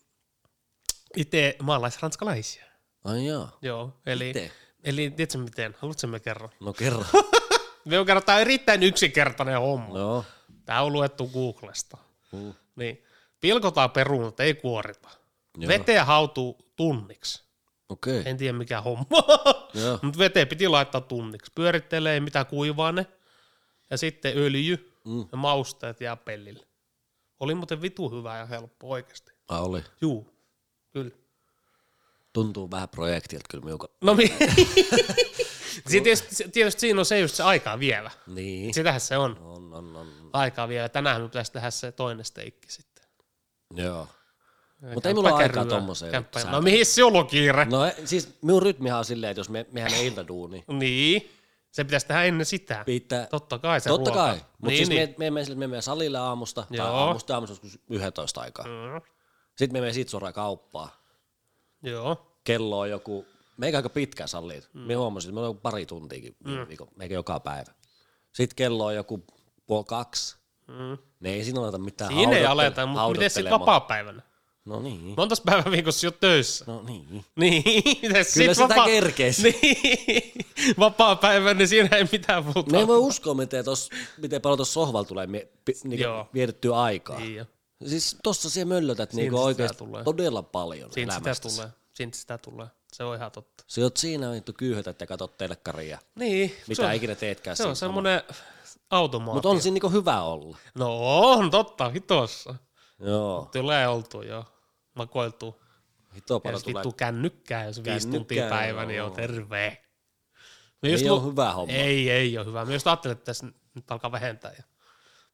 itse maalaisranskalaisia.
Ai joo.
Joo, eli,
Ite?
eli tiedätkö miten? Haluatko mä kerron?
No kerro.
Me on kerran, tää on erittäin yksinkertainen homma. No.
Joo.
Tää on luettu Googlesta.
Mm.
Niin, pilkotaan perunat, ei kuorita. Joo.
Joo.
Veteen hautuu tunniksi.
Okei. Okay.
En tiedä mikä homma.
Joo.
Mutta veteen piti laittaa tunniksi. Pyörittelee mitä kuivaa ne. Ja sitten öljy mm.
Mm.
ja mausteet jää pellille. Oli muuten vitu hyvää ja helppo oikeasti.
Ah, oli.
Juu, kyllä.
Tuntuu vähän projektilta kyllä miuka.
No mi- Sitten tietysti, tietysti siinä on se just se aikaa vielä.
Niin.
Sitähän se on.
On, on, on.
Aikaa vielä. Tänään me pitäisi tehdä se toinen steikki sitten.
Joo.
Kämppä
ei mulla ole aikaa
kärryä.
tommoseen
Kämppä-
säätää.
No mihin sinulla on kiire?
No e- siis minun rytmihän on silleen, että jos me, mehän ei iltaduuni.
Niin. Se pitäisi tehdä ennen sitä.
Pitää.
Totta kai se
Totta
ruoka.
kai. Mutta
niin,
niin, siis
niin.
niin. me, me, me, me, menemme salille aamusta, tai
Joo.
aamusta aamusta joskus 11 aikaa.
Mm.
Sitten me menemme siitä suoraan kauppaan.
Joo.
kello on joku, meikä aika pitkä salliit. Mm. Me huomasin, että meillä on pari tuntiakin mm. viikon, meikä joka päivä. Sitten kello on joku puoli kaksi.
Mm.
Ne ei siinä aleta mitään
Siinä ei
haudottele-
aleta, mutta miten sitten
haudottelemaan.
vapaa-päivänä?
No niin,
Montas päivän viikossa jo töissä.
no niin.
Niin, miten sit
Kyllä sitä
vapaa-
kerkeis.
Niin, vapaa-päivänä, niin siinä ei mitään muuta.
Me ei voi uskoa, miten, tos, miten paljon tuossa sohvalla tulee mie, pi, niinku
Joo.
vietettyä aikaa.
Niin jo.
Siis tossa siellä möllötät niinku
sitä
oikeasti
tulee.
todella paljon
Siinä sitä
elämästä.
tulee. Siinä sitä tulee. Se on ihan totta.
Sä oot siinä vittu kyyhötät ja katot telkkaria.
Niin.
Mitä
se on,
ikinä teetkään
se on semmoinen automaatio.
Mutta on siinä niinku hyvä olla.
No on, totta, hitossa.
Joo.
Tulee oltu jo. Makoiltu.
Hito
Ja
paljon
jos
tulee
vittu kännykkää, jos viisi tuntia
Kännykkää,
päivä, niin joo,
joo.
terve. Me
Ei
just
oo hyvä homma.
Ei, ei ole hyvä. Mä just ajattelin, että tässä nyt alkaa vähentää. Ja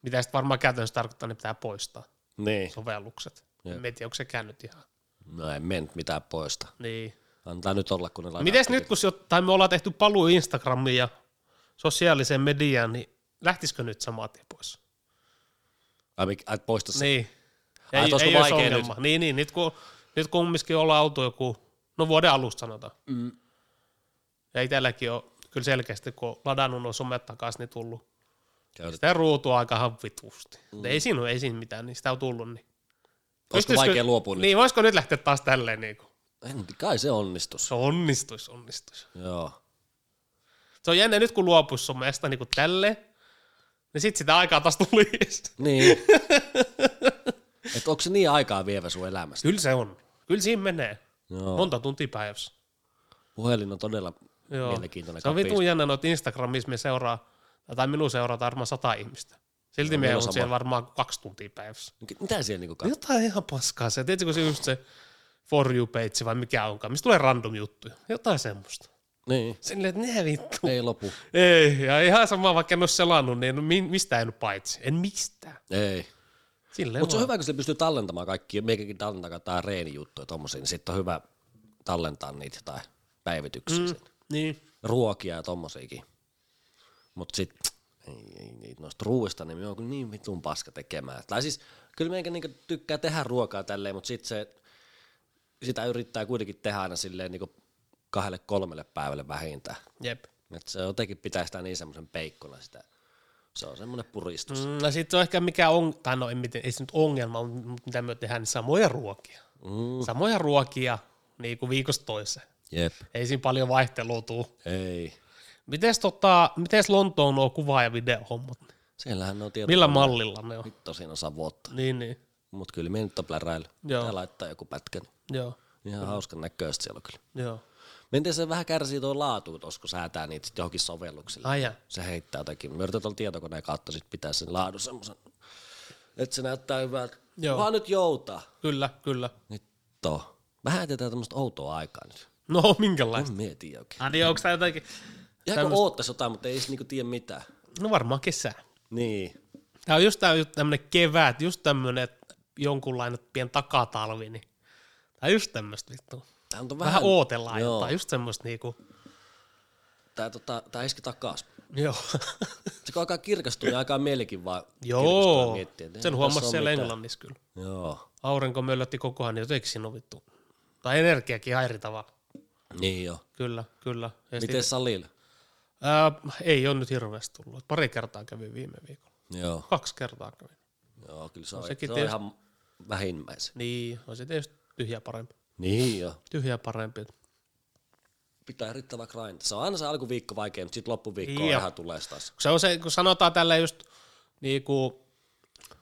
mitä sitten varmaan käytännössä tarkoittaa, niin pitää poistaa
Niin.
sovellukset. Jep. En tiedä, onko se käynyt ihan.
No ei me nyt mitään poista.
Niin.
Antaa nyt olla, kun ne laitetaan.
Mites nyt, kun se, tai me ollaan tehty paluu Instagramiin ja sosiaaliseen mediaan, niin lähtisikö nyt samaa tie pois?
Ai, mik- ai poista se.
Niin.
Ai,
Ei,
tossa
ei
on
olisi
vaikea
ongelma. Nyt. Niin, niin. Nyt, kun, nyt kumminkin ollaan oltu joku, no vuoden alusta sanotaan. Mm. Ja itselläkin on kyllä selkeästi, kun on ladannut nuo somet takaisin, niin tullut
Käytet-
sitä ruutua aika vitusti. Mm. Ei, siinä, ole- ei siinä mitään, niin sitä on tullut. Niin.
Olisiko vaikea luopua
niin,
niin.
Niin, voisiko nyt lähteä taas tälleen niinku?
nyt? En, kai se onnistus.
Se onnistuis, onnistuis.
Joo.
Se on jännä nyt kun luopuis sun mielestä niinku tälleen, niin sit sitä aikaa taas tuli.
Niin. Et onko se niin aikaa vievä sun elämästä?
Kyllä se on. Kyllä siinä menee.
Joo.
Monta tuntia päivässä.
Puhelin on todella
Joo.
mielenkiintoinen
Se on
kapis.
vitun jännä noita Instagramissa me seuraa, tai minun seurataan varmaan sata ihmistä. Silti
Joo,
me
No, meillä
on
sama.
siellä varmaan kaksi tuntia päivässä.
Mitä siellä niinku katsoo?
Jotain ihan paskaa se. Tiedätkö kun se just se for you page vai mikä onkaan, mistä tulee random juttuja. Jotain semmoista.
Niin.
Silleen, että ne vittu.
Ei lopu.
Ei, ja ihan sama, vaikka en ole selannut, niin en ole mi- mistään jäänyt paitsi. En mistään.
Ei.
Silleen
Mutta se on
vaan.
hyvä, kun se pystyy tallentamaan kaikki. Meikäkin tallentaa jotain reenijuttuja tommosia, niin sitten on hyvä tallentaa niitä tai päivityksiä. Mm.
Niin.
Ruokia ja tommosiakin. Mutta sitten ei, ei, niitä noista ruuista, niin me on kyllä niin vitun paska tekemään. Tai siis kyllä meikä niinku tykkää tehdä ruokaa tälleen, mutta sitten se, sitä yrittää kuitenkin tehdä aina silleen niinku kahdelle kolmelle päivälle vähintään.
Jep.
Et se jotenkin pitää sitä niin semmoisen peikkona sitä. Se on semmoinen puristus. Mm.
Mm, no sit se on ehkä mikä on, tai no ei, miten, ei se nyt ongelma, mutta mitä me tehdään, niin samoja ruokia. Mm. Samoja ruokia niin kuin viikosta toiseen.
Jep.
Ei siinä paljon vaihtelua tuu.
Ei.
Mites, tota, mites Lontoon nuo kuva- ja videohommat?
Siellähän ne on tieto.
Millä mallilla ne on?
Vittu siinä on savotta.
Niin, niin.
Mut kyllä me nyt on pläräily.
Joo.
Tää laittaa joku pätkä. niin
Joo,
Ihan hauskan näköistä siellä on kyllä.
joo.
Miten se vähän kärsii tuo laatu, tos, kun säätää niitä sit johonkin sovelluksille.
Ai ja.
Se heittää jotakin. Mä yritän tuolla tietokoneen kautta sit pitää sen laadun semmosen, että se näyttää hyvältä.
Joo.
Vaan nyt joutaa.
Kyllä, kyllä.
Nyt to. Vähän jätetään tämmöistä outoa aikaa nyt.
No, minkälaista?
En mieti oikein.
Mm. Niin, onko tää jotakin?
Ihan kun oottais jotain, mutta ei se niinku tiedä mitään.
No varmaan kesää.
Niin.
Tämä on just tämmöinen kevät, just tämmöinen jonkunlainen pien takatalvi, niin tämä on just tämmöistä vittu.
Tää on vähän,
Vähän, vähän ootellaan
Joo.
jotain, just semmoista niinku,
Tää, tota, tää iski takas.
joo,
Se kun alkaa kirkastua, niin alkaa mielikin vaan kirkastua ja
joo.
miettiä, että ei
sen
tässä
huomasi
oo
siellä
mitään.
Englannissa kyllä.
Joo.
Aurinko möllötti koko ajan, niin jotenkin siinä on vittu, tai energiakin häiritava,
Niin joo.
kyllä, kyllä. Ja sit,
Miten salilla?
ää, ei ole nyt hirveästi tullut, pari kertaa kävin viime viikolla,
Joo.
kaksi kertaa kävin.
Joo, kyllä se on,
sekin
se on
tietysti-
ihan vähimmäisen.
Niin, on se tietysti tyhjä parempi,
Niin joo.
tyhjä parempi.
Pitää riittävä grind. Se on aina se alkuviikko vaikea, mutta sitten loppuviikko on
Joo.
ihan tulee taas.
Kun, se on se, kun sanotaan tällä just, niin kuin,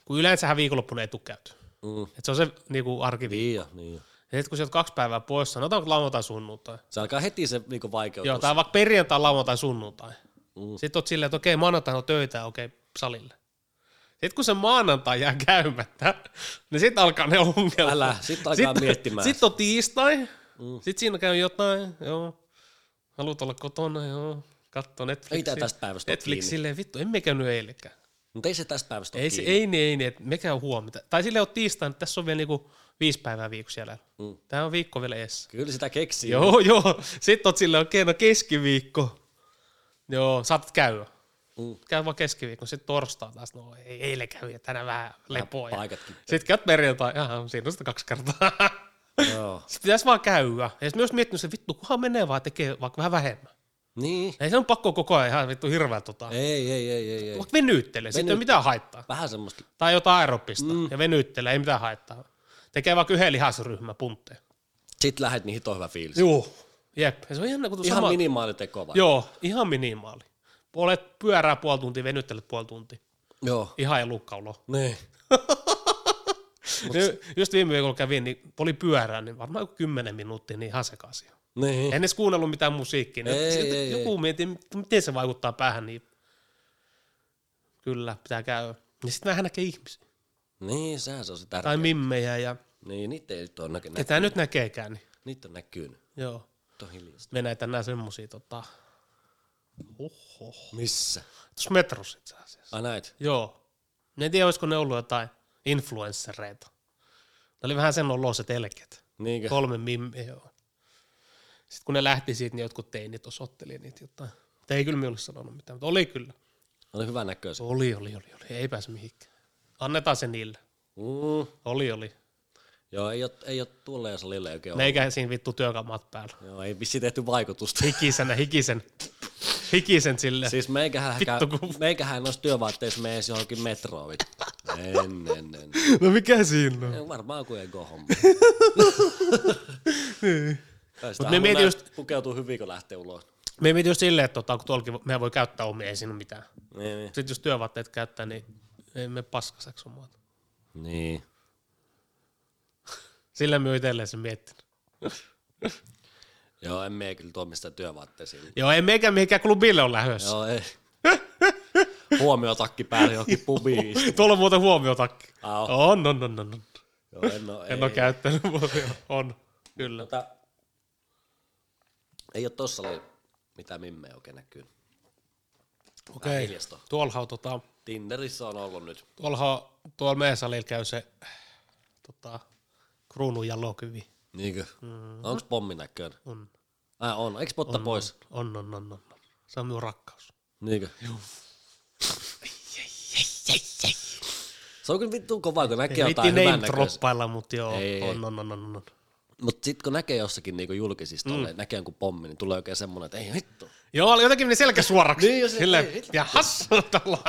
kun yleensähän viikonloppuna ei tule käyty.
Mm.
Et se on se niin kuin arkiviikko.
Niin joo, niin joo.
Ja sit kun sieltä kaksi päivää pois, sanotaan vaikka lauantai sunnuntai.
Se alkaa heti se viikon vaikeutus.
Joo, tai vaikka perjantai, lauantai, sunnuntai. Mm. Sitten oot silleen, että okei, maanantaina on töitä, okei, salille. Sitten kun se maanantai jää käymättä, niin sitten alkaa ne ongelmat.
Älä, sit alkaa miettimään.
Sitten on tiistai, mm. sitten siinä käy jotain, joo. Haluat olla kotona, joo. Katso Netflixiä.
Ei tää tästä päivästä oo
Netflix
kiinni.
silleen, vittu, emme käynyt eilenkään.
Mutta ei se tästä päivästä
Ei,
ole
se,
kiinni.
ei niin, ei niin, että me käy huomenta. Tai silleen on tiistaina, että tässä on vielä niinku viisi päivää viikossa jäljellä. Mm. Tämä on viikko vielä edessä.
Kyllä sitä keksii.
Joo, joo. Sitten oot silleen, okei, no keskiviikko. Joo, saatat käydä.
Mm.
Käy vaan keskiviikko, sitten torstai taas, no ei, eilen kävi ja tänään vähän lepoa. Ja...
paikatkin.
Sitten käyt perjantai, jaha, siinä on sitä kaksi kertaa.
Joo.
sitten pitäisi vaan käydä. Ja sitten myös miettinyt se, vittu, kunhan menee vaan tekee vaikka vähän vähemmän.
Niin.
Ei se on pakko koko ajan ihan vittu hirveä tota.
Ei, ei, ei, ei, ei.
Vaikka venyttelee, sitten ei ole mitään haittaa.
Vähän semmoista.
Tai jotain aeropista mm. ja venyttelee, ei mitään haittaa. Tekee vaikka yhden lihasryhmän puntteen.
Sitten lähet, niin hito hyvä fiilis.
Joo. Jep, ja se on jännä, kun tuo
Ihan
sama,
minimaali teko vai?
Joo, ihan minimaali. Olet pyörää puoli tuntia, venyttelet puoli tuntia.
Joo.
Ihan ei lukkaulo.
Niin.
Just viime viikolla kävin, niin oli pyörää, niin varmaan joku 10 minuuttia, niin ihan sekaisin.
Niin.
En edes kuunnellut mitään musiikkia. Niin
Ei,
sitten
ei,
joku mietti, miten se vaikuttaa päähän, niin kyllä, pitää käydä. Ja sitten vähän näkee ihmisiä.
Niin, sehän se on se tärkeä.
Tai mimmejä. Ja,
Niin, niitä ei nyt ole näkynyt.
ketään nyt näkeekään. Niin.
Niitä on näkynyt.
Joo.
Nyt on hiljasta.
Me näitä nää semmosia tota... Oho.
Missä?
Tuossa metros itse asiassa.
Ai näet.
Joo. Ne en tiedä, olisiko ne ollut jotain influenssereita. Ne oli vähän sen oloiset elket.
Niinkö?
Kolme mimmiä, joo. Sitten kun ne lähti siitä, niin jotkut teinit osoitteli niitä jotain. Mutta ei kyllä me ollut sanonut mitään, mutta oli kyllä.
Oli hyvän näköisiä.
Oli, oli, oli, oli. Ei pääse mihinkään. Annetaan se niille.
Mm.
Oli, oli.
Joo, ei ole, ei ole tuolle ja salille oikein ollut.
Meikä siinä vittu työkamat päällä.
Joo, ei vissi tehty vaikutusta.
Hikisen, hikisen, hikisen sille.
siis meikähän,
Vittu kun-
meikähän noissa työvaatteissa menee johonkin siis metroon. vittu. En, en, en.
No mikä siinä on?
en varmaan kuin ego homma.
Niin.
Mutta me
me mietin
mietin
just-
Pukeutuu hyvin, kun lähtee ulos.
Me mietin just silleen, että tota, kun tuollakin mehän voi käyttää omia, ei siinä ole mitään.
Niin.
Sitten jos työvaatteet käyttää, niin ei me paskaseksi omaa.
niin.
Sillä me itselleen sen miettinyt.
Joo, en mene kyllä tuo mistään työvaatteisiin.
Joo, ei meikä mihinkään klubille ole lähdössä.
Joo, ei. Huomiotakki päälle johonkin pubiin.
Tuolla on muuten huomiotakki.
Aa, on.
On, on, on, on, on.
Joo, en oo,
En ole
ei.
käyttänyt, mutta joo, on. Kyllä.
Tota, ei ole tossa oli mitään mimmeä oikein näkyy.
Okei.
hiljasta.
Tuolla on, tota,
Tinderissä on ollut nyt.
tuolla on, tuolla meidän salilla käy se tota, kruunun jalokyvi.
Niinkö? Mm. Onks pommi näköinen?
On,
Äh, on. Eiks potta pois?
on, on, on, on. Se on minun rakkaus.
Niinkö? Se on kyllä vittu kovaa, kun näkee
Ei vitti
jotain hyvän
name
näköistä.
droppailla, mutta joo,
Ei, ei.
on, on, on, on, on, on.
Mut sit kun näkee jossakin niinku julkisista, mm. näkee jonkun pommi, niin tulee oikein semmonen, että ei vittu.
Joo, jotenkin meni selkä suoraksi.
Niin, jos-
Silleen,
ei, hitto.
ja hassu tuolla.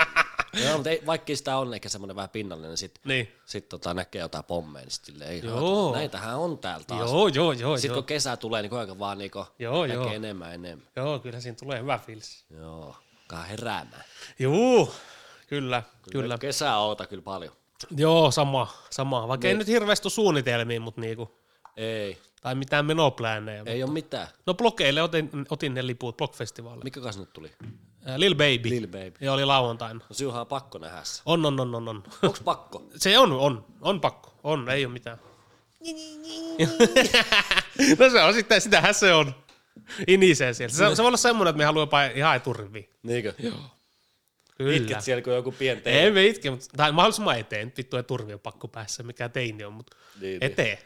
Joo, mutta ei, vaikka sitä on ehkä semmoinen vähän pinnallinen, niin sit,
Niin.
sit tota, näkee jotain pommeja, niin sit silleen, ei
Joo.
haatu, näitähän on täällä taas.
Joo, joo, joo,
Sitten
joo.
kun kesä tulee, niin kuinka vaan niinku
Joo,
näkee
joo.
enemmän enemmän.
Joo, kyllä siinä tulee hyvä fiilis.
Joo, kaa heräämään.
Joo, kyllä, kyllä.
Kesää oota kyllä paljon.
Joo, sama, sama. Vaikka ei nyt hirveästi ole suunnitelmia, mutta niinku,
Ei,
tai mitään menoplääneja.
ei oo mitään.
No blokeille otin, otin ne liput Blockfestivaalille.
Mikä kas nyt tuli?
Ää, Lil Baby.
Lil Baby.
Joo, oli lauantaina.
No Syuhan on pakko nähdä se.
On, on, on, on, on.
Onks pakko?
Se on, on, on pakko. On, ei ole mitään. no se on sitten, sitähän se on. Niin. Inisee siellä. Se, se voi olla semmoinen, että me haluaa jopa ihan eturiviin.
Niinkö? Joo.
Kyllä.
Itket siellä, kun joku pieni teini.
Ei me itke, mutta tai mahdollisimman eteen. Nyt Vittu eturvi on pakko päässä, mikä teini on, mutta
Niin, niin.
eteen.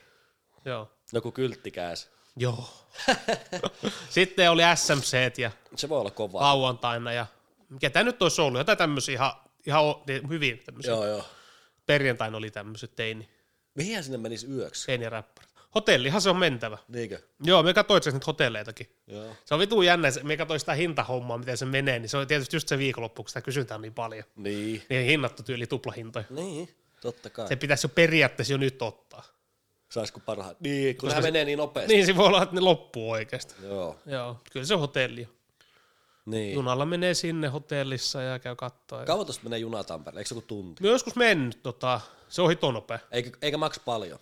Joo.
Joku kylttikäis.
Joo. sitten oli SMCt ja
Se voi olla kovaa.
lauantaina ja mikä tämä nyt olisi ollut, jotain tämmöisiä ihan, ihan o- niin hyvin tämmöisiä.
Joo, joo.
Perjantaina oli tämmöiset teini,
Mihin sinne menis yöksi?
teiniräppärit. Hotellihan se on mentävä.
Niinkö?
Joo, me katsoin itse asiassa nyt hotelleitakin.
Joo.
Se on vitu jännä, se- me katsoin sitä hintahommaa, miten se menee, niin se on tietysti just se viikonloppu, kun sitä kysyntää on niin paljon.
Niin.
Niin hinnat on tyyli tuplahintoja.
Niin, totta kai.
Se pitäisi jo periaatteessa jo nyt ottaa.
Saisiko parhaat? Niin, kun nämä menee niin nopeasti.
Niin se voi olla, että ne loppuu oikeasti.
Niin. Joo.
Joo, kyllä se on hotelli.
Niin.
Junalla menee sinne hotellissa ja käy katsoa. Ja...
Kauan tuosta menee juna Tampereelle, eikö se joku tunti?
Me joskus mennyt, tota, se on hitonopea.
Eikä, eikä maks paljon.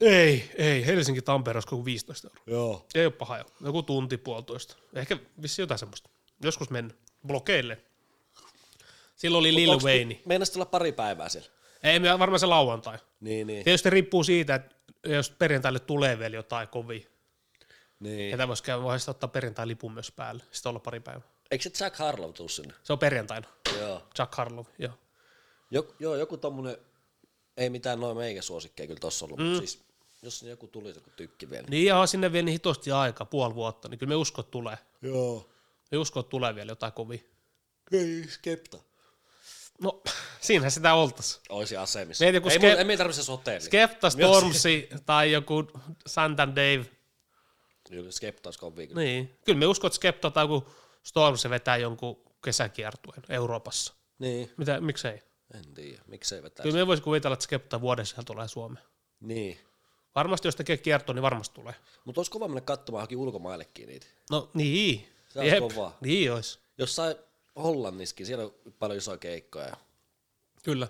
Ei, ei. Helsinki Tampere olisi joku 15 euroa.
Joo.
Ei ole paha jo. Joku tunti puolitoista. Ehkä vissi jotain semmoista. Joskus mennyt. Blokeille. Silloin oli Lil Wayne.
Meinas tulla pari päivää siellä.
Ei, me- varmaan se lauantai.
Niin, niin.
Tietysti riippuu siitä, että jos perjantaille tulee vielä jotain kovia.
niin.
Ketä voisi käydä, voisi sitten ottaa perjantai lipun myös päälle. Sitten olla pari päivää.
Eikö se Jack Harlow tuu sinne?
Se on perjantaina.
Joo.
Jack Harlow, joo.
Jok, joo, joku tommonen, ei mitään noin meikä suosikkeja kyllä tossa ollut, mm. mutta siis jos sinne joku tuli, joku tykki vielä.
Niin ja sinne vielä niin hitosti aika, puoli vuotta, niin kyllä me usko, että tulee.
Joo.
Me usko, että tulee vielä jotain kovia.
Ei, skepta.
No, siinähän sitä oltaisiin.
Olisi asemissa.
Mietin,
Ei,
kun
mun, ei,
skep-
meidän tarvitse hotelli.
Skepta, Stormzy tai joku Santan Dave.
Kyllä, skepta olisi kovin kyllä.
Niin. Kyllä me uskon, että Skepta tai joku Stormzy vetää jonkun kesäkiertueen Euroopassa.
Niin.
Mitä, miksei?
En tiedä, miksei vetäisi.
Kyllä me voisi kuvitella, että Skepta vuodessa tulee Suomeen.
Niin.
Varmasti jos tekee kiertoon, niin varmasti tulee.
Mutta olisi kova mennä katsomaan johonkin ulkomaillekin niitä.
No niin.
Se olisi kovaa.
Niin olisi.
Jossain Hollanniskin, siellä on paljon isoja keikkoja.
Kyllä.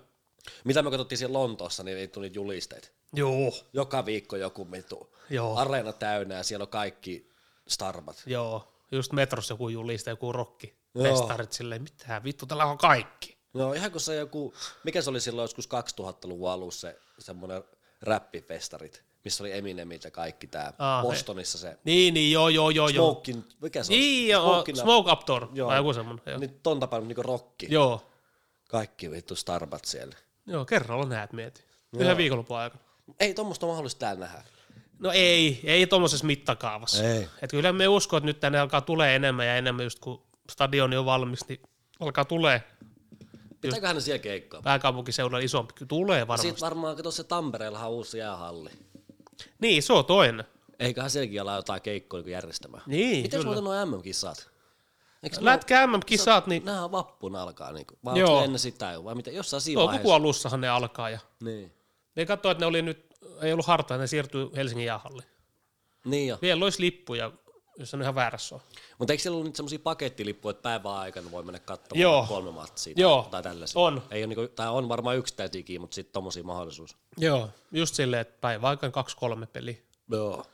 Mitä me katsottiin siellä Lontoossa, niin niitä tuli julisteet.
Joo.
Joka viikko joku mitu.
Joo.
Areena täynnä ja siellä on kaikki starmat.
Joo. Just metrossa joku julista, joku rokki.
Joo.
Festarit silleen, mitä vittu, täällä on kaikki.
No ihan kuin se joku, mikä se oli silloin joskus 2000-luvun alussa se semmoinen räppifestarit, missä oli Eminemit ja kaikki tää.
Aa,
Bostonissa se
Niin, niin, Ah, joo, joo, joo, joo.
Smokin, mikä se
Niin,
on?
joo,
Smokin-
Smoke Up Tour,
Joo.
tai joku semmoinen. Joo. Niin.
Nyt ton tapaa niinku rokki.
joo.
Kaikki vittu starmat siellä.
Joo, kerralla näet mieti. Yhden viikonlopun aikana.
Ei tommoista mahdollista täällä nähdä.
No ei, ei tuommoisessa mittakaavassa.
Ei.
Et kyllä me uskon, että nyt tänne alkaa tulee enemmän ja enemmän, just kun stadioni on valmis, niin alkaa tulee
Pitääköhän ne siellä keikkaa?
pääkaupunkiseudulla isompi. Kyllä tulee varmasti.
Sitten varmaan, kato se Tampereellahan on uusi jäähalli.
Niin, se on toinen.
Eiköhän sielläkin ala jotain keikkoa niin niinku järjestämään.
Niin,
Miten
kyllä.
muuten nuo MM-kisat? Eiks nää-
Lätkä MM-kisat, niin
Nämä vappuna alkaa, niinku, vai
Joo.
Joo. ennen sitä jo, vai mitä, jossain siinä Joo,
toukokuun
vaiheessa.
alussahan ne alkaa. Ja
Niin.
ne katsoi, että ne oli nyt, ei ollut hartaa, ne siirtyi Helsingin jäähalli.
Niin jo.
Vielä olisi lippuja, jos on ihan väärässä on.
Mutta eikö siellä ollut nyt semmoisia pakettilippuja, että päivän aikana voi mennä katsomaan
Joo.
kolme matsia
Joo.
tai, tai tällaisia?
On.
Ei ole niinku, tai on varmaan yksittäisiäkin, mutta sitten tommosia mahdollisuus.
Joo, just silleen, että päivä aikaan kaksi-kolme peliä.
Joo.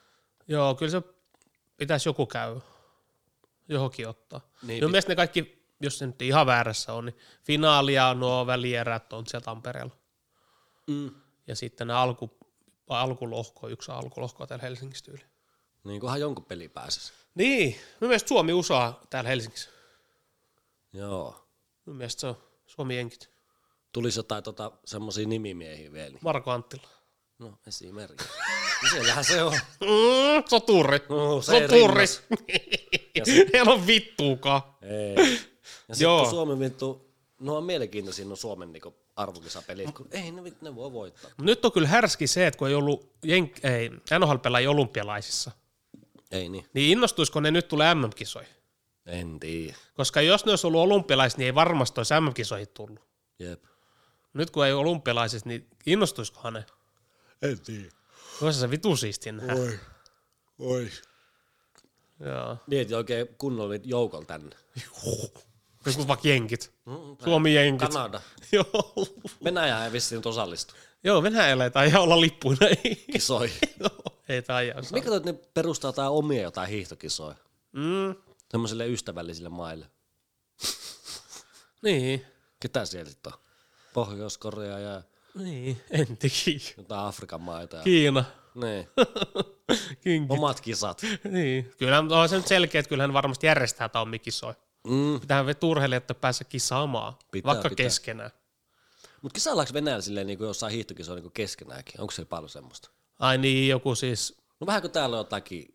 Joo, kyllä se pitäisi joku käy johonkin ottaa. Niin,
Niin,
Minun
pit-
mielestä ne kaikki, jos se nyt ihan väärässä on, niin finaalia nuo välierät on siellä Tampereella.
Mm.
Ja sitten nämä alku, alkulohko, yksi alkulohko täällä Helsingissä tyyli.
Niin kunhan jonkun peli pääsisi.
Niin, mun mielestä Suomi usaa täällä Helsingissä.
Joo.
Mun mielestä se on Suomi jenkit.
Tulisi jotain tota, semmoisia nimimiehiä vielä. Niin.
Marko Anttila.
No esimerkki. No siellähän se on.
Mm, soturi.
No, se
soturi.
rinnas.
Ei ole vittuukaan.
Ei. Ja sitten
Joo.
kun Suomi vittu, no on mielenkiintoisia nuo Suomen niinku, arvokisapelit, kun ei ne, vit- ne voi voittaa.
Mut Nyt on kyllä härski se, että kun ei ollut jenk- ei, NHL-pelaajia olympialaisissa,
Ei niin.
niin innostuisiko ne nyt tulee MM-kisoihin?
En tiedä.
Koska jos ne olisi ollut olympialaiset, niin ei varmasti olisi MM-kisoihin tullut.
Jep.
Nyt kun ei ole olympialaiset, niin innostuisikohan ne?
En tiedä.
Olisi se vitu siistiä nähdä.
Oi. Oi.
Joo.
Mieti Niin, oikein kunnolla joukolla tänne.
Jotkut vaikka jenkit.
Mm,
Suomi-jenkit.
Kanada.
Joo.
Venäjä ei vissiin nyt osallistu
Joo, Venäjällä ei taida olla lippuina. Ei,
kisoihin.
Joo, ei taida osaa.
Mikä toi, että ne perustaa jotain omia jotain hiihtokisoja?
Mm,
Semmoisille ystävällisille maille.
niin.
Ketä siellä sitten on? Pohjois-Korea ja
Niin, en tiedä.
jotain Afrikan maita. Ja...
Kiina.
Niin.
Kinki.
Omat kisat.
Niin. Kyllähän on se nyt selkeä, että kyllähän varmasti järjestää Tommi kisoi.
Mm.
Pitäähän vettä urheilijat päässä kisaamaan, pitää,
Pitää,
vaikka pitää.
pitää.
keskenään.
Mutta kisaillaanko Venäjällä silleen niin kuin jossain hiihtokisoja niin kuin keskenäänkin? Onko se paljon semmoista?
Ai niin, joku siis,
No vähän kuin täällä on jotakin.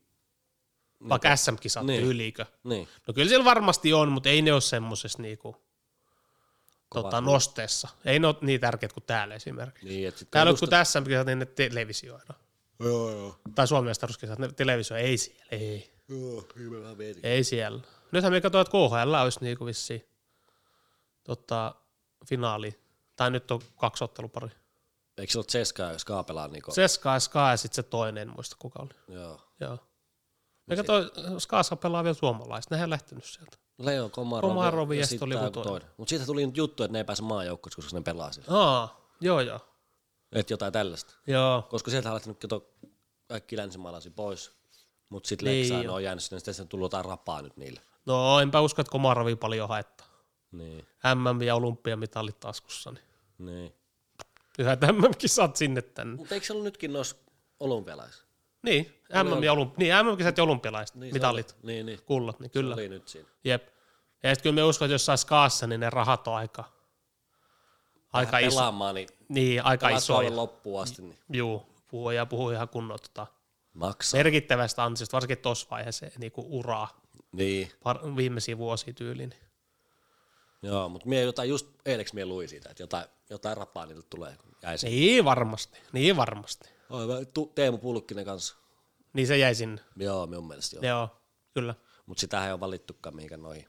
vaikka SM-kisat niin.
Niin.
yliikö.
Niin.
No kyllä siellä varmasti on, mutta ei ne ole semmoisessa niinku, tota, nosteessa. Ei ne ole niin tärkeät kuin täällä esimerkiksi.
Niin, että sit
Täällä on kun tässä kisat, niin ne televisioida.
Joo, joo.
Tai Suomen mestaruuskisat, ne televisio ei siellä. Ei,
Joo, hyvä vähän mietin.
ei siellä. Nythän me katsoin, että KHL olisi niinku vissiin tota, finaali. Tai nyt on kaksi ottelupari.
Eikö se ole Ceska, jos kaapelaan niinku? Se...
Se Ska, Ska ja sitten se toinen, en muista kuka oli.
Joo.
Joo. Mikä toi Skaassa pelaa vielä suomalaiset, nehän lähtenyt sieltä.
Leo Komarovi,
Komarovi ja sit
sit
oli
tää
joku
joku
toinen.
Mut siitä tuli nyt juttu, että ne ei pääse maajoukkueeksi, koska ne pelaa sillä.
Aa, joo joo.
Et jotain tällaista.
Joo,
Koska sieltä on lähtenyt kato kaikki länsimaalaisia pois. Mut sit
Niin
Leksaa
jo.
ne on jäänyt sinne, sitten se on tullut jotain rapaa nyt niille.
no enpä usko, että Komarovi paljon haettaa.
Niin,
MM ja olympiamitalit taskussa, niin
niin.
yhä MM-kisat sinne tänne.
Mutta eikö se ollut nytkin noissa olympialaisissa?
Niin, MM ja olymp- niin, MM-kisat ja olympialaiset
Niin
niin,
se
mitalit,
oli. Niin, niin.
kullat, niin
Kyllä.
kyllä.
Se oli nyt siinä.
Jep. Ja sitten kyllä me uskon, että jossain Skaassa, niin ne rahat on aika, aika
Vähän
iso.
Pelaamaan, niin
Niin, aika
pelaat kauden
isoja.
loppuun asti, niin
Juu, puhuu ja puhuu ihan kunnon tota,
maksaa.
merkittävästä ansiosta, varsinkin tuossa vaiheessa niin kuin uraa,
Niin.
par- viimeisiä vuosia tyyliin.
Joo, mutta mie jotain, just eileksi mie luin siitä, että jotain, jotain rapaa niille tulee, kun jäi se.
Niin varmasti, niin varmasti.
Aivan, tu- Teemu Pulkkinen kanssa.
Niin se jäi sinne.
Joo, minun mielestä joo.
Joo, kyllä.
Mutta sitähän ei ole valittukaan mihinkään noihin.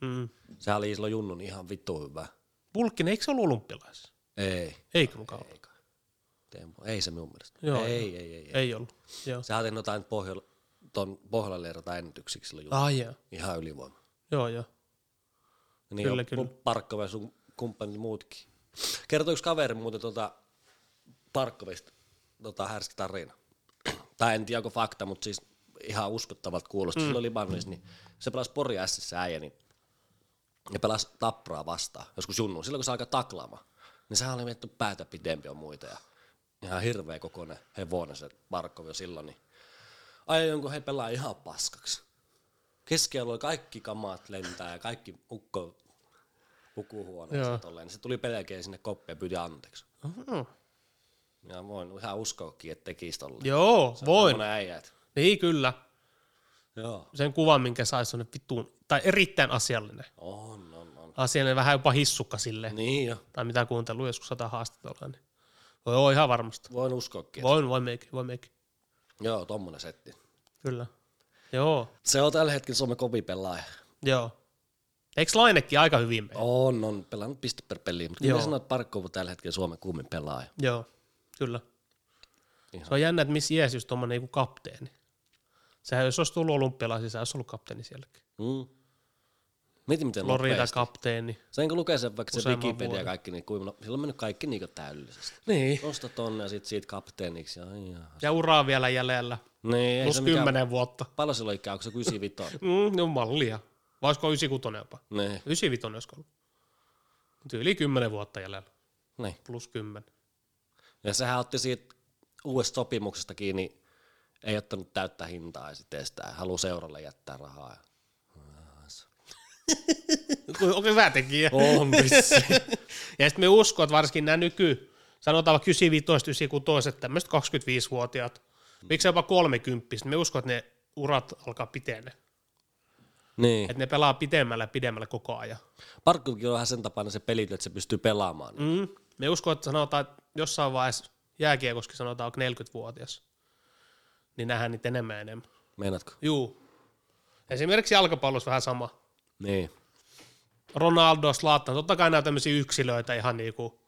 Mm.
Sehän oli silloin Junnun ihan vittu hyvä.
Pulkkinen, eikö se ollut olympialais?
Ei.
Eikö mukaan ollut?
Ei, kai. Teemu, ei se minun mielestä.
Joo,
Joo, ei, ei, ei, ei.
Ei ollut. Joo.
Sehän teki jotain pohjola, ton pohjalalle jotain ennätyksiksi silloin Junnu.
Ah, joo.
Ihan ylivoima.
Joo, joo.
Niin
Kyllä,
on
kyllä.
Parkkova ja sun kumppanit muutkin. Kertoo yksi kaveri muuten tuota Parkkovista tota, härski tarina. tai en tiedä onko fakta, mutta siis ihan uskottavalta kuulosti. Mm. Silloin Libanonissa, niin se pelasi Pori Sissä äijä, niin ja pelasi tapraa vastaan, joskus junnuun. Silloin kun se alkaa taklaamaan, niin sehän oli mietitty päätä pidempi on muita. Ja ihan hirveä kokoinen hevonen se Parkkovi jo silloin. Niin Ai jonkun he pelaa ihan paskaksi. Keskellä oli kaikki kamat lentää ja kaikki ukko
Joo.
pukuhuoneessa tolleen. Niin se tuli pelkeä sinne koppiin ja pyyti anteeksi.
Mm.
Ja voin ihan uskoakin, että tekisi tolleen.
Joo, voin.
Tommonen äijä, et-
Niin kyllä.
Joo.
Sen kuvan, minkä saisi on vittuun, tai erittäin asiallinen.
On, on, on.
Asiallinen vähän jopa hissukka sille. Niin.
Niin jo.
Tai mitä kuuntelua joskus sata haastattelua. Niin. Voi joo, ihan varmasti.
Voin uskoakin. et-
Voin, voin meikin, voin meikin.
Joo, tommonen setti.
Kyllä. Joo,
Se on tällä hetkellä Suomen kovin pelaaja.
joo. Eikö Lainekin aika hyvin mene?
On, on pelannut piste per peliä, mutta kyllä
Joo.
ne sanoo, että Parkko on tällä hetkellä Suomen kuumin pelaaja.
Joo, kyllä.
Ihan.
Se on jännä, että missä iässä just tuommoinen niinku kapteeni. Sehän jos olisi tullut olympialaisiin, se olisi ollut kapteeni sielläkin.
Mm. Mietin miten
Florida
nopeasti.
kapteeni.
Sen kun lukee sen vaikka se
Useamman
Wikipedia ja
vuoden.
kaikki, niin kuinka, sillä on mennyt kaikki niin täydellisesti.
Niin.
Nosta tonne ja sit siitä kapteeniksi. Ja, ja.
Ja uraa vielä jäljellä.
Niin, ei
Plus
se mikään,
10 vuotta.
paljon sillä on ikää, onko se 95?
Mm, ne on mallia. Vai olisiko 96 jopa?
niin,
95 olisiko ollut. Mut Yli 10 vuotta jäljellä.
niin.
Plus 10.
Ja sehän otti siitä uudesta sopimuksesta kiinni, ei ottanut täyttä hintaa ja sitten sitä haluaa seuralle jättää rahaa.
Onko hyvä tekijä?
On vissi.
Oh. Ja sitten me uskon, että varsinkin nämä nyky, sanotaan vaikka 95, 96, että tämmöiset 25-vuotiaat, miksi jopa 30, me uskon, että ne urat alkaa pitene.
niin.
Että ne pelaa pitemmällä ja pidemmällä koko ajan.
Parkkukin on vähän sen tapana se pelit, että se pystyy pelaamaan. Mm.
Mm. Me uskon, että sanotaan, että jossain vaiheessa jääkiekoskin sanotaan, että 40-vuotias, niin nähdään niitä enemmän ja enemmän.
Meinaatko?
Juu. Esimerkiksi jalkapallossa vähän sama.
Niin.
Ronaldo, Slaattan, totta kai nämä on tämmöisiä yksilöitä ihan niinku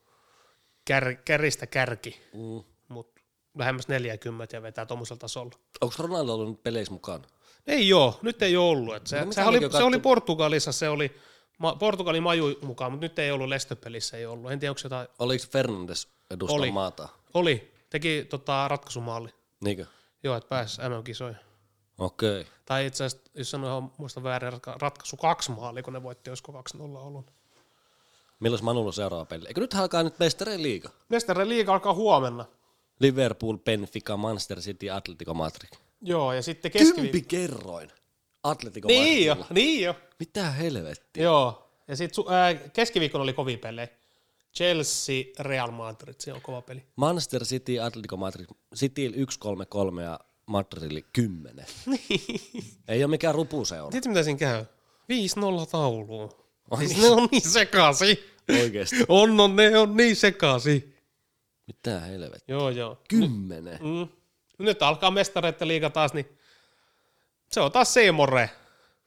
kär, käristä kärki.
Mm.
mutta lähemmäs 40 ja vetää tuommoisella tasolla.
Onko Ronaldo ollut nyt peleissä mukaan?
Ei joo, nyt ei oo ollut. Et se,
No,
se,
mitä
oli,
näkö
se oli
katso-
Portugalissa, se oli ma, Portugalin maju mukaan, mutta nyt ei ollut Lestöpelissä, ei ollut. En tiedä, onko jotain,
Oliko Fernandes edustaa
Oli.
maata?
oli, teki tota, ratkaisumaali.
Niinkö?
Joo, että pääsi MM-kisoihin.
Okei. Okay.
Tai itse asiassa, jos sanoin ihan muista väärin, ratka- ratkaisu kaksi maali, kun ne voitti, josko 2-0 ollut.
Milloin Manulla on seuraava peli? Eikö nyt alkaa nyt Mestareen liiga?
Mestarien liiga alkaa huomenna.
Liverpool, Benfica, Manchester City, Atletico Madrid.
Joo, ja sitten keskiviikko.
Kympi kerroin. Atletico
Niin jo,
Madridilla.
niin jo.
Mitä helvettiä?
Joo, ja sitten äh, keskiviikkona oli kovin pelejä. Chelsea, Real Madrid, se on kova peli.
Manchester City, Atletico Madrid. City 1-3-3 ja Madridille 10.
Niin.
Ei ole mikään rupuseura.
Tiedätkö mitä siinä käy? 5-0 tauluun. Siis ne on niin sekasi.
Oikeesti.
On, on, ne on niin sekasi.
Mitä helvettiä?
Joo, joo.
Kymmenen.
Mm. Nyt alkaa mestareiden liiga taas, niin se on taas Seemore.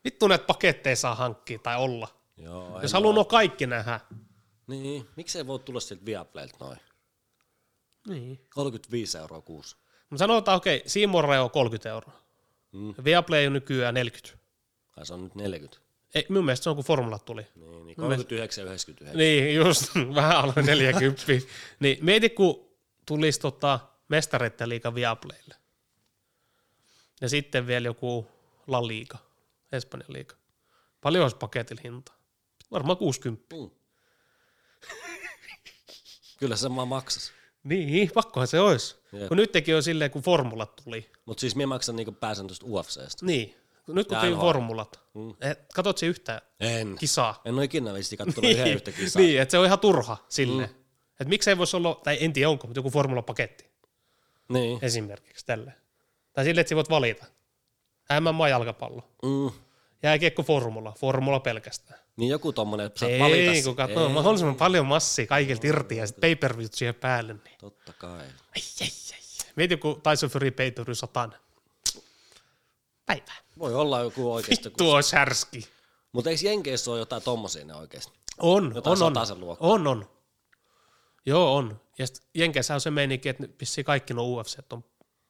Vittu näitä paketteja saa hankkia tai olla.
Joo,
Jos haluaa nuo kaikki nähdä.
Niin, miksei voi tulla sieltä Viaplaylta noin?
Niin.
35 euroa kuussa.
Mutta sanotaan, okei, okay, Seemore on 30 euroa.
Mm.
Viaplay on nykyään 40.
Ai se on nyt 40.
Ei, mun mielestä se on, kun formulat tuli.
Niin, niin 39 99.
Niin, just, vähän alle 40. niin, mieti, kun tulisi tota mestareiden liiga Viaplaylle. Ja sitten vielä joku La Liga, Espanjan liiga. Paljon olisi paketilla hinta? Varmaan 60.
Mm. Kyllä se vaan maksas.
Niin, pakkohan se olisi.
Jep.
Kun nyt teki on silleen, kun formulat tuli.
Mut siis mä maksan niinku pääsen tuosta UFCstä.
Niin, nyt kun
Tää
tuli
on
formulat. Mm. Katot se yhtään
En.
kisaa.
En ole ikinä vissi kattonut yhden yhtä kisaa.
niin, että se on ihan turha sille. Mm. Että miksei voisi olla, tai en tiedä onko, mutta joku formulapaketti.
Niin.
esimerkiksi tälle. Tai sille, että sä voit valita. MMA jalkapallo,
Mm.
jääkiekko formula, formula pelkästään.
Niin joku tommonen, että sä valita.
Ei,
se.
kun katsoo, on mahdollisimman paljon massia kaikilta irti ja sitten pay per view siihen päälle. Niin.
Totta kai.
Ai, ai, ai. Mieti, kun Tyson Fury pay per view satan. Päivää.
Voi olla joku oikeesti. Kun...
Tuo olisi härski.
Mutta eikö Jenkeissä ole jotain tommosia ne oikeesti?
On,
Jotain
on, on.
satasen luokkaa.
On, on. Joo, on. Ja sitten Jenkeissä on se meininki, että vissiin kaikki nuo UFC on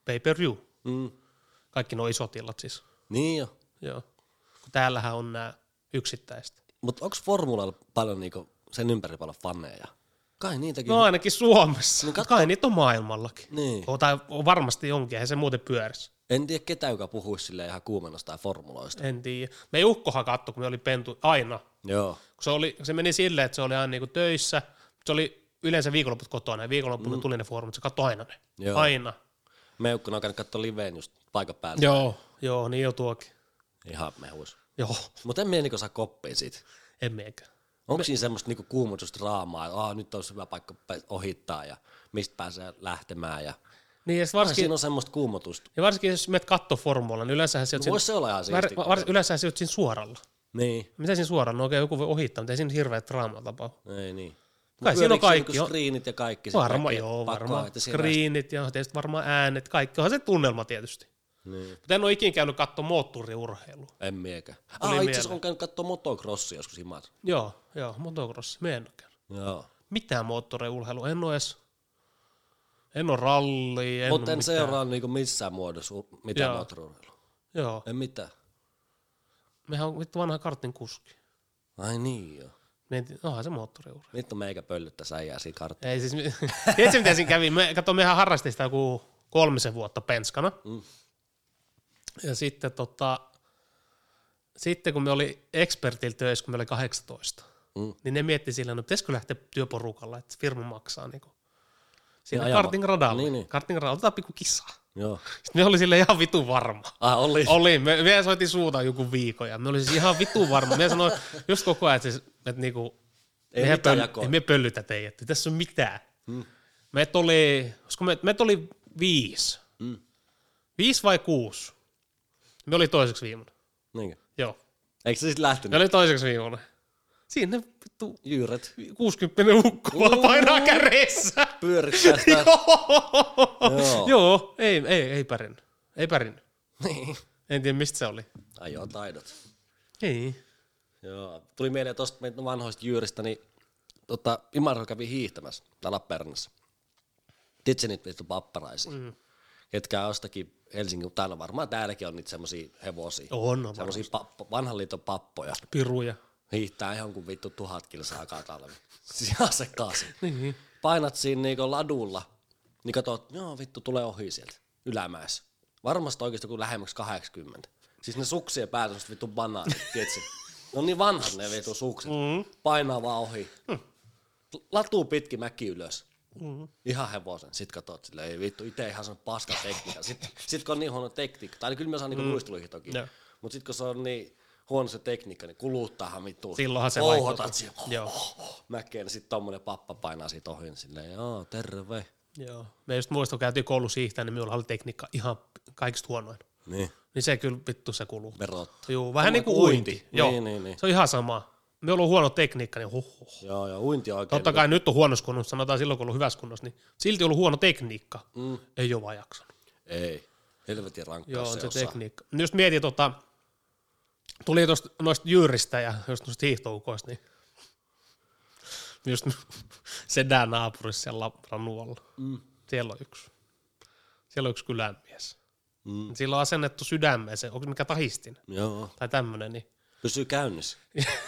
pay per view.
Mm.
Kaikki nuo isot illat siis.
Niin jo.
Joo. Kun täällähän on nämä yksittäiset.
Mutta onko formulalla paljon niinku sen ympäri paljon faneja? Kai niitäkin.
No ainakin Suomessa.
Niin
Niin
katso-
Kai niitä on maailmallakin.
Niin.
O, tai on varmasti onkin, eihän se muuten pyörisi.
En tiedä ketään, joka puhuisi silleen ihan kuumennosta ja formuloista.
En tiedä. Me ei ukkohan katto, kun me oli pentu aina.
Joo.
Kun se, oli, se meni silleen, että se oli aina niinku töissä. Se oli yleensä viikonloput kotona ja viikonloppuna mm. tuli ne foorumit, se katsoi aina ne.
Joo.
Aina.
Meukkuna on käynyt katsoa liveen just paikan päällä.
Joo. Joo, niin jo tuokin.
Ihan mehuis.
Joo,
Mutta en mie niinku saa koppia siitä.
en meikä.
Onko siinä semmoista niinku kuumotusdraamaa, että Aa, nyt on hyvä paikka pä- ohittaa ja mistä pääsee lähtemään. Ja...
Niin, ja sit
Ai,
varsinkin,
Siinä on semmoista kuumotusta.
ja varsinkin jos menet katto formula, niin yleensähän se on
Voisi se olla ihan siistiä.
yleensähän se on siinä suoralla.
Niin.
Mitä siinä suoralla? No okei, joku voi ohittaa, mutta ei siinä hirveä draamaa tapahdu.
Ei niin.
Kai siinä on kaikki.
Niinku
jo.
screenit ja kaikki. sit
Varma,
näkee
joo,
pakoa,
varmaan
että siinä-
screenit ja tietysti varmaan äänet, kaikki. Onhan se tunnelma tietysti.
Niin.
Mutta en ole ikinä käynyt katsoa moottoriurheilua.
En miekä.
Tuli
Ah, itse asiassa
mieleen.
on käynyt katsoa motocrossia joskus imat.
Joo, joo, motocrossi. Me en ole käynyt.
Joo.
Mitään moottoriurheilua. En ole edes... En ole ralli, en
Mutta
oo
en
mitään.
seuraa niinku missään muodossa u- mitään
Joo.
moottoriurheilua.
Joo.
En mitään.
Mehän on vittu vanha kartin kuski.
Ai niin joo.
Mietin, onhan se moottoriurheilu.
Vittu meikä pöllyttä säijää siinä kartta.
Ei siis, mi- tiedätkö miten siinä kävi? Me, kato, mehän harrastin sitä joku kolmisen vuotta penskana.
Mm.
Ja sitten, tota, sitten kun me oli expertillä töissä, kun me oli 18,
Mm.
niin ne mietti sillä, no pitäisikö lähteä työporukalla, että firma maksaa niin kuin. Siinä
Niin
niin
ajama-
karting radalla.
Niin,
Niin,
niin.
niin. Karting radalla, otetaan pikku kissaa.
Joo.
Sitten me oli sille ihan vitu varma.
Ah, oli.
Oli, me, me soitin suuta joku viikon ja me oli siis ihan vitu varma. Me sanoin just koko ajan, että, siis, että niinku,
Ei
mehän
mitään
pöl-
jakoa.
ei me pöllytä teidät, ei tässä on mitään. Mm. Meitä oli, olisiko me, meitä oli viisi.
Mm.
Viisi vai kuusi? Me oli toiseksi viimeinen.
Niinkö?
Joo,
Eikö se siis
me
lähtenyt?
oli toiseksi viimeinen. Siinä ne vittu
Jyyret.
60 ukko vaan painaa kädessä.
Pyörittää sitä. Joo.
Joo. Joo, ei, ei, ei pärjännyt. Ei pärjännyt.
Niin.
En tiedä mistä se oli.
Ajoa taidot.
Ei.
Joo. Tuli mieleen tuosta meidän vanhoista jyyristä, niin tota, Imaro kävi hiihtämässä täällä Lappeenrannassa. Tiedätkö niitä vittu papparaisia? Mm. Ketkä on jostakin Helsingin, täällä varmaan täälläkin on niitä semmosia hevosia.
On, on
Semmosia pappo, vanhan liiton pappoja.
piruja.
Hiihtää ihan kuin vittu tuhat kilsaa katalvi. Siis ihan se kaasi.
Niin.
Painat siinä niinku ladulla, niin katsot, joo vittu tulee ohi sieltä ylämäessä. Varmasti oikeasti joku lähemmäksi 80. Siis ne suksien päät on sit vittu banaanit, tiedätkö? No niin vanhat ne vittu sukset.
Mm-hmm.
Painaa vaan ohi.
Mm.
Latuu pitki mäki ylös. Ihan hevosen. Sitten katsot silleen, ei vittu, itse ihan se on paska tekniikka. Sitten sit kun on niin huono tekniikka, tai kyllä mä saan niinku luisteluihin toki.
Mm. Joo.
Mutta sitten kun se on niin huono se tekniikka, niin kuluttaahan vittu.
Silloinhan se
Ouhotat
vaihtuu.
siellä
Joo.
mäkeen, sitten tommonen pappa painaa siitä ohi, niin silleen, joo, terve.
Joo. Me just muistan, kun käytiin koulussa hiihtää, niin minulla oli tekniikka ihan kaikista huonoin.
Niin.
Niin se kyllä vittu se kuluu.
Verot.
Joo, vähän
Tommoinen
niin kuin
kuin
uinti.
uinti.
Joo.
Niin, niin, niin.
Se on ihan sama. Me on huono tekniikka, niin huhhuh.
Joo, joo, uinti on oikein.
Totta kai nyt on huonossa kunnossa, sanotaan silloin kun on ollut hyvässä kunnossa, niin silti ollut huono tekniikka. Mm. Ei ole vaan jaksanut.
Ei. Helvetin rankkaa
Joo,
Joo,
on
se,
se,
osa.
tekniikka. Just mietin, tota, tuli tosta, noista jyyristä ja just noista hiihtoukoista, niin just sedän naapurissa siellä Lap- Ranualla. Mm. Siellä on yksi. Siellä on yksi kylänmies.
Mm.
Mm. Sillä on asennettu sydämeen se, onko se mikä tahistin
Joo,
tai tämmöinen, niin
pysyy käynnissä.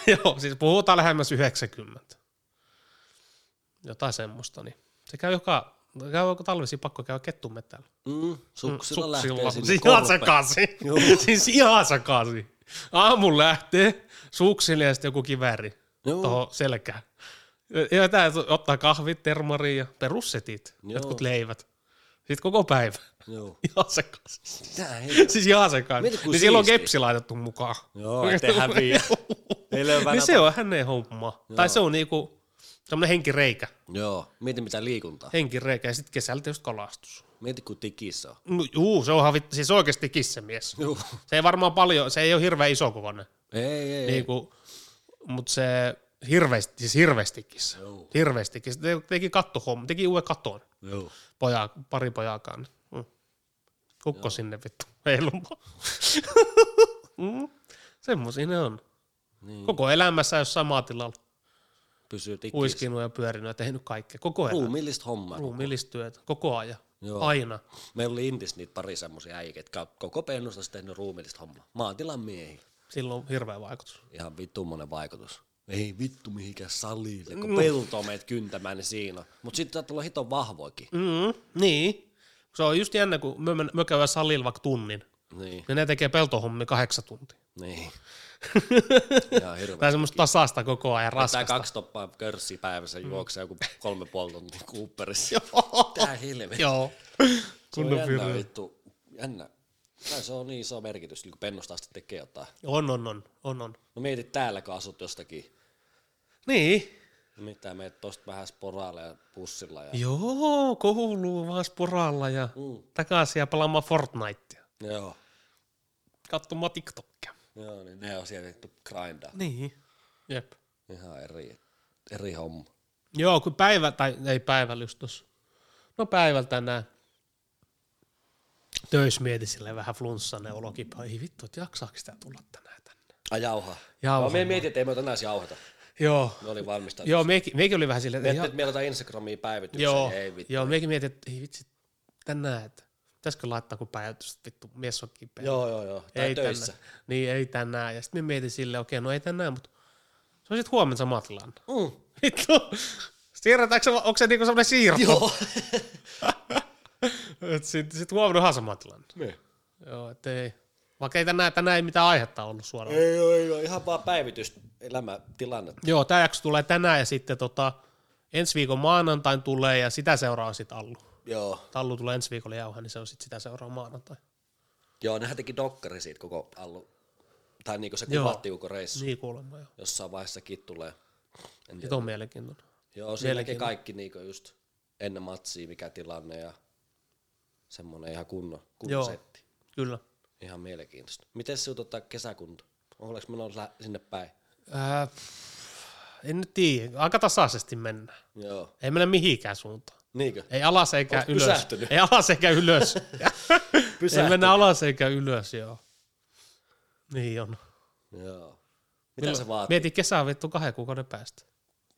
Joo, siis puhutaan lähemmäs 90. Jotain semmoista, niin se käy joka, käy joka talvisi pakko käydä kettumetällä.
Mm, suksilla, lähtee
Suksilla.
sinne
Siis ihan
korpeen.
sekaisin. siis ihan sekaisin. Aamun lähtee, suksille ja sitten joku kiväri
Joo.
tuohon selkään. Ja vetää, ottaa kahvit, termariin ja perussetit,
Joo.
jotkut leivät. Sitten koko päivä.
Joo.
Ihan sekaisin.
Tää helvetti.
Siis ihan sekaisin.
Mieti, kun
Niin siellä on
siistiä.
kepsi laitettu mukaan.
Joo, ettei häviä. Ei löy
Niin se on hänen homma. Tai se on niinku semmoinen henkireikä.
Joo, mieti mitä liikuntaa.
Henkireikä ja sitten kesällä tietysti kalastus.
Mieti kun tikissä on.
No, juu, se on havit, siis oikeasti kissemies.
Joo.
Se ei varmaan paljon, se ei ole hirveän iso kokoinen,
Ei, ei, ei.
niinku, mutta se hirveästi, siis hirveästi kissa.
Joo.
Hirveästi kissa. Te, teki kattohomma, teki uuden katon,
Joo.
poja, pari pojaakaan. Mm. Kukko sinne vittu, heilumaan. mm. Semmoisia ne on.
Niin,
Koko elämässä jos samaa tilalla.
pysyy tikissä.
uiskinut ja pyörinyt ja tehnyt kaikkea. Koko ajan.
Ruumillista hommaa.
Ruumiillista työtä. Koko ajan.
Joo.
Joo. Aina.
Meillä oli Intis niitä pari semmoisia äijiä, jotka koko pennusta olisi tehnyt ruumillista hommaa. Maatilan miehiä.
Sillä on hirveä vaikutus.
ihan vittumonen vaikutus. Mm. Ei vittu mihinkään salille, kun peltoa meet kyntämään, niin siinä Mutta sitten saattaa olla hiton vahvoikin.
Mm, niin. Se on just jännä, kun me, men- me käydään salilla vaikka tunnin.
Niin,
Ja ne tekee peltohommia kahdeksan tuntia.
niin. Ihan hirveä.
Tai semmoista tasasta koko ajan
Tää
raskasta.
kaksi toppaa körssiä päivässä juoksee joku kolme puoli tuntia Cooperissa. Tää helvetti.
Joo.
Se on
Kunnon
jännä
virhe.
vittu. Jännä. Tai se on niin iso merkitys, kun pennosta asti tekee jotain.
On, on, on, on, on.
No mietit täällä, kun asut jostakin. No
Niin.
Mitä meet tosta vähän sporaalle ja pussilla. Ja...
Joo, kouluun vaan sporalla ja
Mm.
takaisin ja pelaamaan Fortnitea.
Joo.
Katsomaan TikTokia.
Joo, niin ne on siellä vittu grindaa.
Niin. Jep.
Ihan eri, eri homma.
Joo, kun päivä, tai ei päivällä just tossa. No päivällä tänään. töissä mietin silleen vähän flunssainen olokipa. Ei vittu, että jaksaako sitä tulla tänään tänne?
Ai jauha.
Jauha.
Jauha. No, me mietin, että ei me tänään jauhata.
Joo.
Me oli valmistautunut.
Joo, meikin, meikin oli vähän silleen,
Miettii,
että
että me otetaan Instagramiin päivityksiä.
Joo,
Ei vittu.
joo meikin mietin, että ei vitsi, tänään, että pitäisikö laittaa kun päivitys, että vittu, mies on kipeä.
Joo, joo, joo. Tai
ei
ei töissä.
tänään. Niin, ei tänään. Ja sitten minä mietin silleen, okei, no ei tänään, mutta se on sitten huomenna Matlan.
Mm.
Vittu. Siirretäänkö se, onko se niinku semmoinen siirto?
Joo.
Sitten sit huomennahan se Matlan.
niin.
Joo, et ei. Vaikka ei tänään, tänään ei mitään aihetta ollut suoraan.
Ei, joo, ei, joo. Ihan vaan päivitys elämätilannetta.
Joo, tämä jakso tulee tänään ja sitten tota, ensi viikon maanantain tulee ja sitä seuraa sitten Allu.
Joo.
Tallu tulee ensi viikolla jauha, niin se on sitten sitä seuraa maanantai.
Joo, nehän teki dokkari siitä koko allu. Tai niinku se
Joo.
kuvattiin koko reissu.
Niin kuulemma joo.
Jossain vaiheessa tulee. En tiedä.
Nyt on mielenkiintoinen.
Joo, siinä näki
Mielenkiintoinen.
kaikki niinku just ennen matsia, mikä tilanne ja semmoinen ihan kunnon, kunnon
Joo.
setti.
Kyllä.
Ihan mielenkiintoista. Miten sinut ottaa kesäkunta? Onko menossa lä- sinne päin?
Ää, Öö, en nyt tiedä. Aika tasaisesti mennään.
Joo.
Ei mennä mihinkään suuntaan.
Niinkö?
Ei alas eikä
Oot
ylös.
pysähtynyt.
Ei alas eikä ylös. ei
Pysähtynyt.
mennä alas eikä ylös, joo. Niin on.
Joo. Mitä se vaatii?
Mieti kesää vittu kahden kuukauden päästä.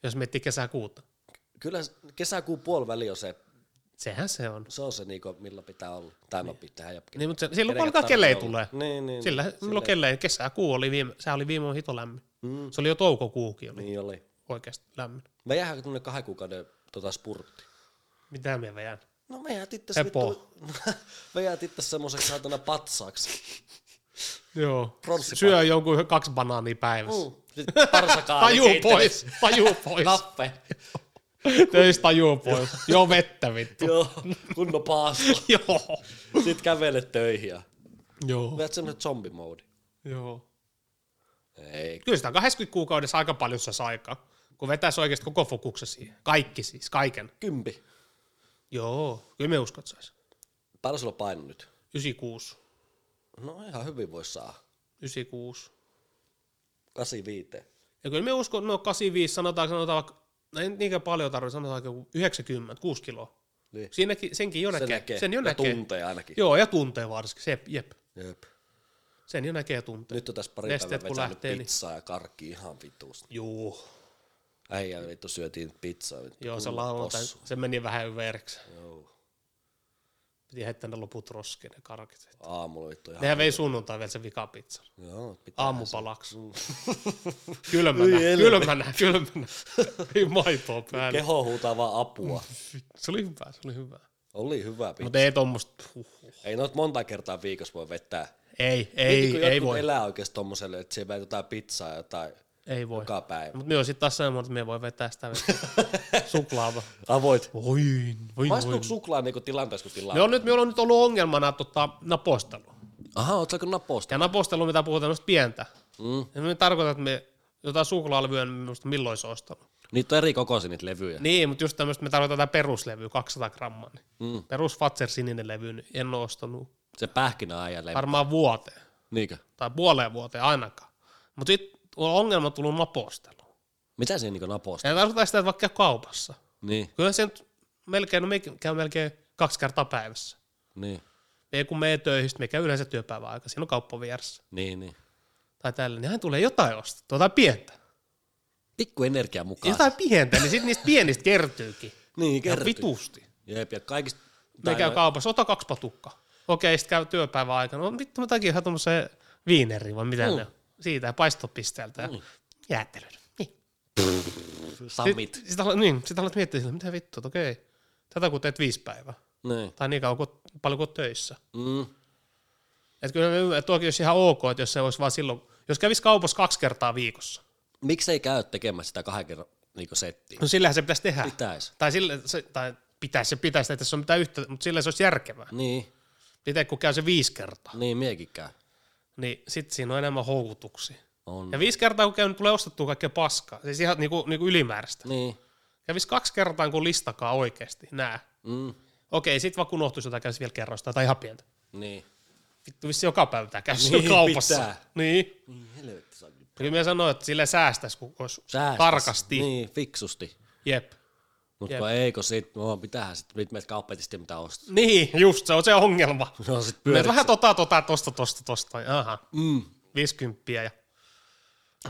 Jos miettii kesää kuuta.
Kyllä s- kesäkuun puoliväli on se,
Sehän se on.
se on se niinku, millä pitää olla. Tai no pitää ja
Niin, mutta se, silloin
Kenekä
kun alkaa
tarvitsee
kelei
olla?
tulee.
Niin, niin.
Sillä, milloin kelei, kesäkuu oli viime, sehän oli viime hito lämmin.
Mm.
Se oli jo toukokuukin oli
Niin oli.
oikeasti lämmin.
Me jäähän tuonne kahden kuukauden tota, spurtti.
Mitä me vejään?
No me jäät itse
Hepo.
vittu. me jäät itse semmoiseksi saatana patsaaksi.
Joo.
Pronssipa-
Syö jonkun kaksi banaania päivässä.
Mm. Sitten parsakaali
Tajuu
keittelee
pois, tajuu pois.
Kappe.
Töistä tajuu pois. Joo, vettä vittu.
Joo, kunnon paasto.
Joo.
Sitten kävelet töihin ja
Joo.
Vedät semmoinen zombimoodi.
Joo.
Ei.
Kyllä sitä on 80 kuukaudessa aika paljon saisi aikaa, kun vetäisi oikeasti koko fokuksen siihen. Kaikki siis, kaiken.
Kympi.
Joo, kyllä me uskot saisi.
Paljon sulla on paino nyt?
96.
No ihan hyvin voi saa.
96.
85.
Ja kyllä me uskon, no 85, sanotaan, sanotaan vaikka, no ei nyt niinkään paljon tarvitse, sanotaan joku 90, 6 kiloa.
Niin.
Siinäkin, senkin jo näkee. Sen jo
ja
näkee.
tuntee ainakin.
Joo, ja tuntee varsinkin, se, jep.
Jep.
Sen jo näkee ja tuntee.
Nyt on tässä pari
Nesteet
päivää
kun
vetänyt
lähtee, niin-
pizzaa ja karkki ihan vituusti.
Juu.
Äijä vittu syötiin pizzaa. Vittu.
Joo, se
kunnon
lauantai,
possu.
se meni vähän yveriksi.
Joo.
Piti heittää ne loput roskeen ne karkit.
Aamulla vittu ihan.
Nehän vei sunnuntai vielä sen vikapizza.
Joo, pitää.
Aamupalaksi. kylmänä,
Hyi Mm. helvetti.
kylmänä, kylmänä. Ei maitoa päälle.
Keho huutaa vaan apua.
Se oli hyvä, se oli hyvä.
Oli hyvä pizza.
Mutta ei tommosta, huh.
Ei noit monta kertaa viikossa voi vetää.
Ei,
Mietin, kun
ei, ei
jotkut
voi,
elää oikeesti tommoselle, että siellä vetää jotain pizzaa ja jotain
ei voi.
joka päivä.
Mutta me on sitten taas semmoinen, että me voi vetää sitä suklaava.
Avoit.
Voi, voi, voi.
Maistuuko suklaa niinku tilanteessa kuin tilanteessa?
Me on nyt, meillä on nyt ollut ongelmana tota, napostelu.
Aha, oot saako naposta?
Ja napostelu, mitä puhutaan, on pientä.
Mm.
Ja me tarkoitan, että me jotain suklaalevyä, niin minusta milloin se ostanut.
Niitä on eri kokoisia niitä levyjä.
Niin, mutta just tämmöistä, me tarkoitan tätä peruslevyä, 200 grammaa. Niin.
Mm.
Perus Fatser sininen levy, niin en ole ostanut
Se pähkinä ajan levy.
varmaan vuoteen
Niinkö?
tai puoleen vuoteen ainakaan. Mutta sitten on ongelma tullut napostelu.
Mitä siinä niinku naposta?
Ja tarkoitan sitä, että vaikka käy kaupassa.
Niin,
Kyllä se nyt melkein, no me käy melkein kaksi kertaa päivässä.
niin,
Me kun menee töihin, sit me käy yleensä työpäivän aika, siinä on kauppa vieressä.
niin, niin.
Tai tällä, niin hän tulee jotain ostettua, jotain pientä.
Pikku energiaa mukaan.
Jotain pientä, niin sitten niistä pienistä kertyykin.
Niin,
Kertyy.
kertyy.
vitusti.
Jep, ja kaikista...
Me
tai
käy
no-
kaupassa, ota kaksi patukkaa. Okei, sitten käy työpäivän aikana. No vittu, mä takin ihan tuommoisen viineri vai mitä mm.
Mm.
ne on. Siitä ja paistopisteeltä ja mm.
Mm.
jäätelön. Niin.
Summit.
Sitten alat, niin, sit alat miettiä sillä, mitä vittu, että okei. Tätä kun teet viisi päivää.
Niin.
Tai niin kauan, kun, paljon kuin oot töissä.
Mm.
Että kyllä mä ymmärrän, että tuokin olisi ihan ok, että jos se olisi vaan silloin, jos kävisi kaupassa kaksi kertaa viikossa,
Miksei käy tekemässä sitä kahden kerran niinku settiä?
no sillähän se pitäisi tehdä.
Pitäis.
Tai, sille, se, tai pitäisi se pitäisi, että se on mitään yhtä, mutta sillä se olisi järkevää.
Niin,
Itse kun käy se viisi kertaa,
niin miekin käy.
niin sit siinä on enemmän houkutuksia.
On.
Ja viisi kertaa kun käy, niin tulee ostettua kaikkea paskaa. Siis ihan niinku, niinku ylimääräistä.
Niin.
Kävis kaksi kertaa, kun listakaa oikeasti nää.
Mm.
Okei, sit vaan kun unohtuisi jotain, kävisi vielä kerrosta tai ihan pientä.
Niin.
Vittu vissi joka päivä pitää käydä
Niin,
niin, kaupassa.
pitää.
Niin.
Niin helvetti saa
Ja Kyllä mä sanoin, että sille säästäisi, kun olisi
Säästäs.
tarkasti. Niin.
Niin, fiksusti.
Jep.
Mutta
Jep.
kun ei, kun sit, no pitäähän sit, nyt meet kauppeetisesti mitä ostaa.
Niin, just se on se ongelma.
No sit
Meet
pyörit,
vähän tota, tota, tosta, tosta, tosta. Aha.
mm.
50 ja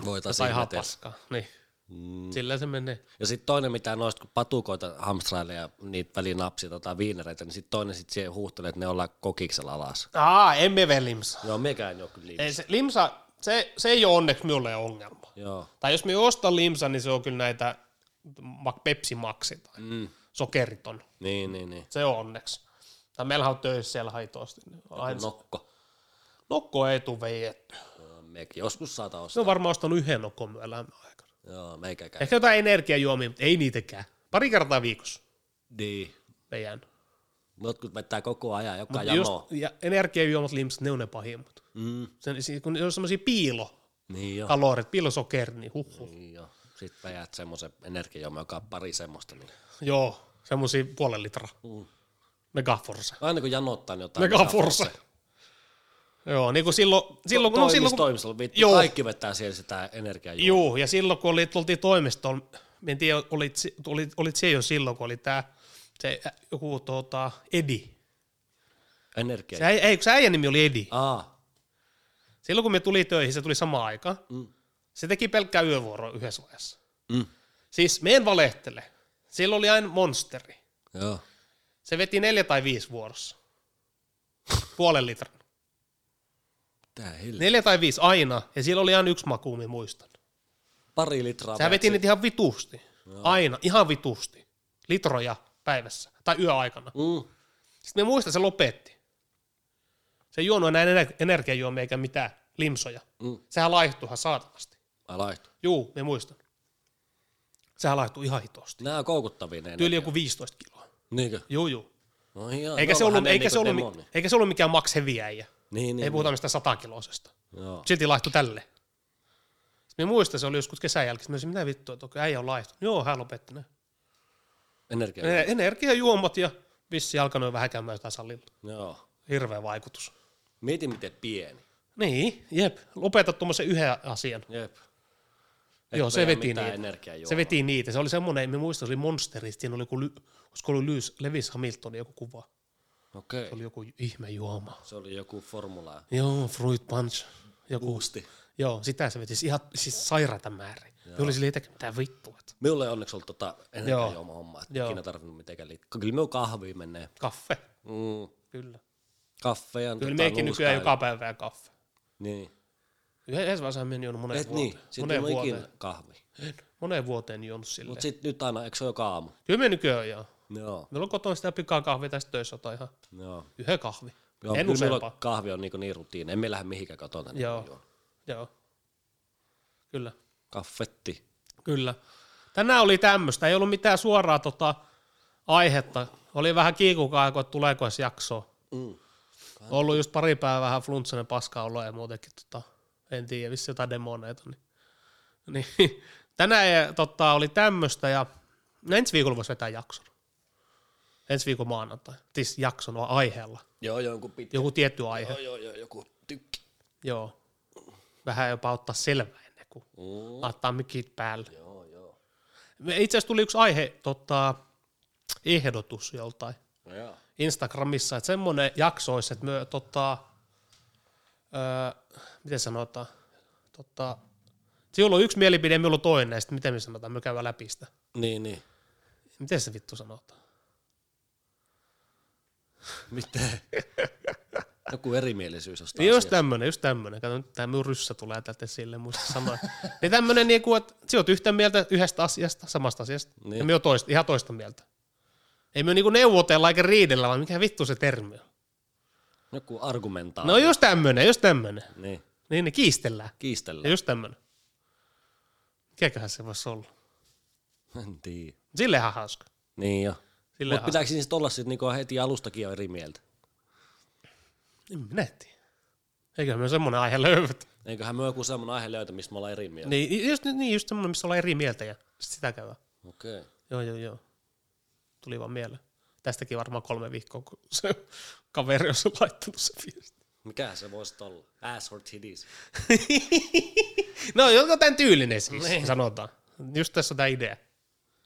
voitaisiin
tai ihan
ihmetellä.
paskaa. Niin. Mm. Sillä se menee.
Ja sitten toinen, mitä noista, kun patukoita hamstrailee ja niitä väliin napsia tota viinereitä, niin sitten toinen sitten siihen huuhtelee, että ne ollaan kokiksella alas.
Aa, emme vielä limsa.
Joo, mekään joku liikaa.
Ei, se, limsa, se, se ei ole onneksi minulle ongelma.
Joo.
Tai jos me ostan limsa, niin se on kyllä näitä mak- Pepsi Maxi tai
Mm.
sokeriton.
Niin, niin, niin.
Se on onneksi. Tai meillähän on töissä siellä haitoasti. niin Aina. No.
Nokko.
Nokko ei tule veijetty.
Joo, Mekin. Joskus saata
Se
ostaa.
on varmaan ostanut yhden nokon minun elämän aikana.
Joo, meikäkään.
Ehkä jotain energiajuomia, mutta ei niitäkään. Pari kertaa viikossa
Niin.
meidän.
Jotkut vettää koko ajan, joka
Ja, just,
jano.
ja energiajuomat limsat, ne on ne pahimmat.
no. Mm.
Sen, si- kun ne on semmoisia piilokalorit,
Niin joo.
piilosokeri, niin huhhuh.
Niin joo. Sitten väjät semmoisen energiajuoman, joka on pari semmoista. Niin.
Joo, semmoisia puolen litraa.
Mm.
Megaforce.
Aina kun janottaa, niin jotain.
Megaforce. Joo, niin kuin silloin, silloin, kun, no, silloin, kun
Toimistolla, vittu,
Joo.
kaikki vetää siellä sitä energiajuomaa.
Juu, ja silloin kun olit, oltiin toimistolla, mä en tiedä, olit, si- olit, olit siellä jo silloin, kun oli tämä se ä, joku tuota, Edi.
Energia.
Se, äi- ei, kun se äijän nimi oli Edi.
Aa,
Silloin kun me tuli töihin, se tuli samaan aikaan.
Mm.
Se teki pelkkää yövuoroa yhdessä vaiheessa.
Mm.
Siis me en valehtele. Silloin oli aina monsteri.
Joo.
Se veti neljä tai viisi vuorossa. Puolen litran.
Tää hilja.
Niin. Neljä tai viisi aina, ja siellä oli aina yksi maku, mä muistan.
Pari litraa.
Sehän veti niitä ihan vitusti. Aina, ihan vitusti. Litroja päivässä tai yöaikana.
Mm.
Sitten me muistan, se lopetti. Se ei juonut enää ener- energiajuomia eikä mitään limsoja.
Mm.
Sehän laihtui ihan saatanasti.
Ai laihtu.
Juu, me muistan. Sehän laihtui ihan hitosti.
Nää on koukuttavia ne.
Tyyli joku 15 kiloa.
Niinkö?
Juu, juu.
No joo.
Eikä,
joo,
se ollut,
hän ei
eikä,
niinku
se ollut, mi-
demoni.
eikä se ollut mikään maks heviäjä.
Niin, niin.
Ei puhuta mistään satakiloisesta.
Joo.
Silti laihtui tälle. Sitten me muistan, se oli joskus kesän jälkeen. Sitten mä olisin, mitä vittua, että okei, äijä on laihtunut. Joo, hän lopetti ne.
Energia.
Ener- Energiajuomat ja vissi alkanut vähän käymään jotain salilla.
Joo.
Hirveä vaikutus.
Mieti miten pieni.
Niin, jep. Lopeta tuommoisen yhden asian.
Jep.
Joo, se
vejä
veti
mitään
niitä.
energiajuomaa.
Se veti niitä. Se oli semmoinen, en mä muista, se oli monsterista. Siinä oli joku, ly- olisiko ollut Lewis, Lewis Hamilton joku kuva.
Okei.
Se oli joku ihme juoma.
Se oli joku formula.
Joo, fruit punch. Joku.
Boosti.
Joo, sitä se veti. Siis Ihan siis sairaata määrin. Joo. Oli silleen, että mitä vittua. että
Minulla ei onneksi ollut tota energiajuoma hommaa, että
Joo.
ikinä tarvinnut mitenkään liittyä. Kyllä minun kahvi menee.
Kaffe.
Mm.
Kyllä.
Kaffeja. tota
Kyllä meikin nykyään joka päivä kaffe.
Niin.
Yhdessä vaiheessa minä en juonut moneen
Et niin.
vuoteen.
Sitten
moneen,
minun
vuoteen.
ikinä kahvi.
moneen vuoteen juonut silleen.
Mutta sitten nyt aina, eikö se ole joka aamu?
Kyllä me nykyään joo.
Joo.
Meillä on kotona sitä pikakahvia tästä töissä tai ihan
Joo.
yhden kahvi.
Joo,
en
kyllä meillä
useampaa.
on- kahvi on niin, niin rutiini. Emme lähde mihinkään katona. Niin
Joo. Joo. Kyllä.
Kaffetti.
Kyllä. Tänään oli tämmöistä. Ei ollut mitään suoraa tota, aihetta. Oli vähän kiikukaa, kun tuleeko edes jaksoa.
Mm.
Ollut just pari päivää vähän flunssainen paska olo ja muutenkin. Tota, en tiedä, vissi jotain demoneita. Niin. Niin. Tänään ei, tota, oli tämmöistä ja no, ensi viikolla voisi vetää jakson. Ensi viikon maanantai. Siis jakson vaan aiheella.
Joo, jonkun pitkä.
Joku tietty aihe.
Joo, joo, joo, joku tykki.
Joo. Vähän jopa ottaa selvää ennen kuin
Mm.
laittaa mikit päälle.
Joo, joo.
Me Itse asiassa tuli yksi aihe, tota, ehdotus joltain
No, joo.
Instagramissa, että semmoinen jakso olisi, että me tota, öö, miten sanotaan, tota, sinulla on yksi mielipide ja minulla on toinen, ja sitten miten me sanotaan, me käydään läpi sitä.
Niin, niin.
Miten se vittu sanotaan? Niin
Miten? joku erimielisyys jostain
Niin just
asiasta.
tämmönen, just tämmönen. Kato, nyt tää minun ryssä tulee täältä sille, muista sanoa. niin tämmönen, niin kuin, että sä oot yhtä mieltä yhdestä asiasta, samasta asiasta, niin.
Niin.
ja me oon toista, ihan toista mieltä. Ei me niinku neuvotella eikä riidellä, vaan mikä vittu se termi on.
Joku argumentaa.
No just tämmönen, just tämmönen.
Niin.
Niin ne kiistellään. Ja
Kiistellään.
just tämmönen. Mikäköhän se voisi olla?
En tiedä.
Silleen ihan hauska.
Niin joo.
Silleen
Mutta
hauska.
pitääkö niistä olla sitten niinku heti alustakin jo eri mieltä?
En minä tiedä. Eiköhän me semmonen aihe löydetä.
Eiköhän me joku semmoinen aihe löytä, mistä me ollaan eri mieltä.
Niin, just, niin, just semmonen, missä ollaan eri mieltä ja sit sitä käydään.
Okei. Okay.
Joo, joo, joo. Tuli vaan mieleen. Tästäkin varmaan kolme viikkoa, kun se kaveri on laittanut se viesti.
Mikähän se voisi olla? Ass or titties.
No, joku tämän tyylinen siis, sanotaan. Just tässä on tämä idea.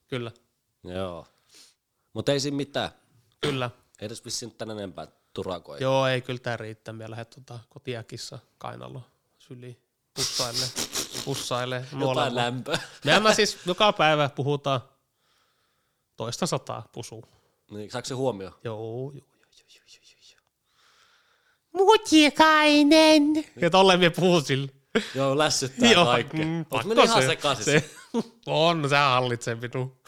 Kyllä.
Joo. Mutta ei siinä mitään.
Kyllä.
Ei edes vissiin tän enempää turakoi.
Joo, ei kyllä tää riittää. Mä lähdet tota, kotia kissa kainalla syliin. Pussaille, pussaille,
Jotain
nuolemaan.
lämpöä.
Mehän mä siis joka päivä puhutaan toista sataa pusua.
Niin, saako se huomioon?
Joo, joo, joo, joo, joo, joo, joo. Mutikainen! Ja tolleen me puhun sille.
Joo, lässyttää
Joo,
kaikkea.
mm,
Mm, Onko
pakko
meni ihan
se-
sekaisin? Se.
se- On, sä hallitset minun.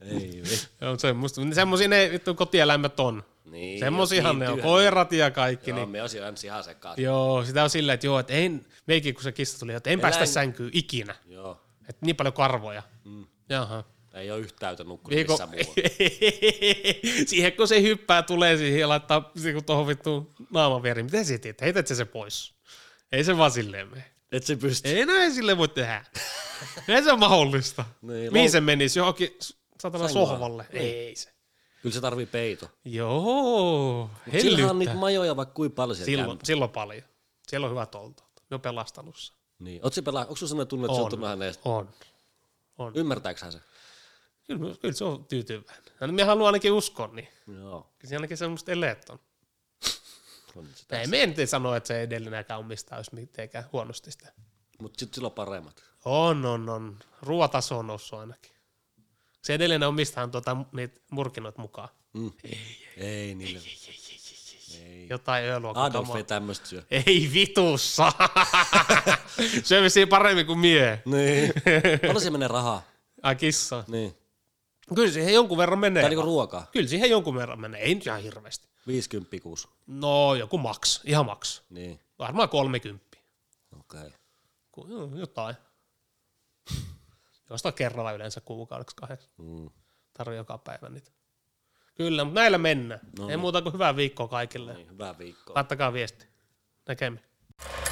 Ei vi.
Joo, semmoista. Semmosia ne vittu kotieläimet on.
Niin,
Semmoisiahan
niin
ne on.
tyhjä.
Koirat ja kaikki.
Joo,
Niin.
me osin ensin ihan sekaisin.
Joo, sitä on silleen, että joo, että en, meikin kun se kissa tuli, että en päästä
Eläin-
sänkyyn ikinä.
Joo.
Että niin paljon karvoja. Mm. Jaha.
Ei ole yhtä täytä nukkunut
Viiko...
missään muualla.
siihen kun se hyppää, tulee siihen ja laittaa tuohon vittu naaman viereen. Miten siitä teet? Heität sä se pois? Ei se vaan silleen mene.
Et se pysty.
Ei näin sille voi tehdä. ei se ole mahdollista.
Niin,
Niin, Mihin se menisi? Johonkin s- satana
Sängyllä.
sohvalle. Ei se.
Kyllä se tarvii peito.
Joo,
Sillähän on niin-
hellyttää.
niitä majoja vaikka kuinka paljon siellä
Silloin,
kämpi.
silloin paljon. Siellä on hyvä tolto. Ne on pelastelussa.
Niin. Oot se pelaa, onko sun sellainen tunne, että se on
On.
tullut hänestä?
On.
Ymmärtääkö hän se?
Kyllä, kyllä se on tyytyväinen. No, minä haluan ainakin uskoa, niin
Joo.
kyllä se ainakin semmoista eleet on.
On sitä.
Ei, me en nyt sano, että se edellinenkään omistaa, jos mitenkään huonosti sitä.
Mut sit sillä on paremmat.
On, on, on. Ruoataso on noussut ainakin. Se edellinen omistaa tuota niitä murkinoita mukaan.
Mm. Ei niille. Ei.
Jotain
Adolf
ööluokkakamaa.
ei tämmöstä syö.
Ei vitussa! se on vissiin paremmin kuin mie.
Niin. Paljon se menee rahaa?
Ai kissa.
Niin.
Kyllä siihen jonkun verran menee.
Tai niinku ruokaa?
Kyllä siihen jonkun verran menee. Ei nyt ihan hirveästi.
50 kuusi.
No joku maks. Ihan maks.
Niin.
Varmaan 30.
Okei. Okay.
Ku- joo, Jotain. Jostain kerralla yleensä kuukaudeksi kahdeksi.
Mm.
Tarvii joka päivä niitä. Kyllä, mutta näillä mennään.
No
Ei muuta kuin hyvää viikkoa kaikille.
Niin, hyvää viikkoa.
Laittakaa viesti. Näkemiin.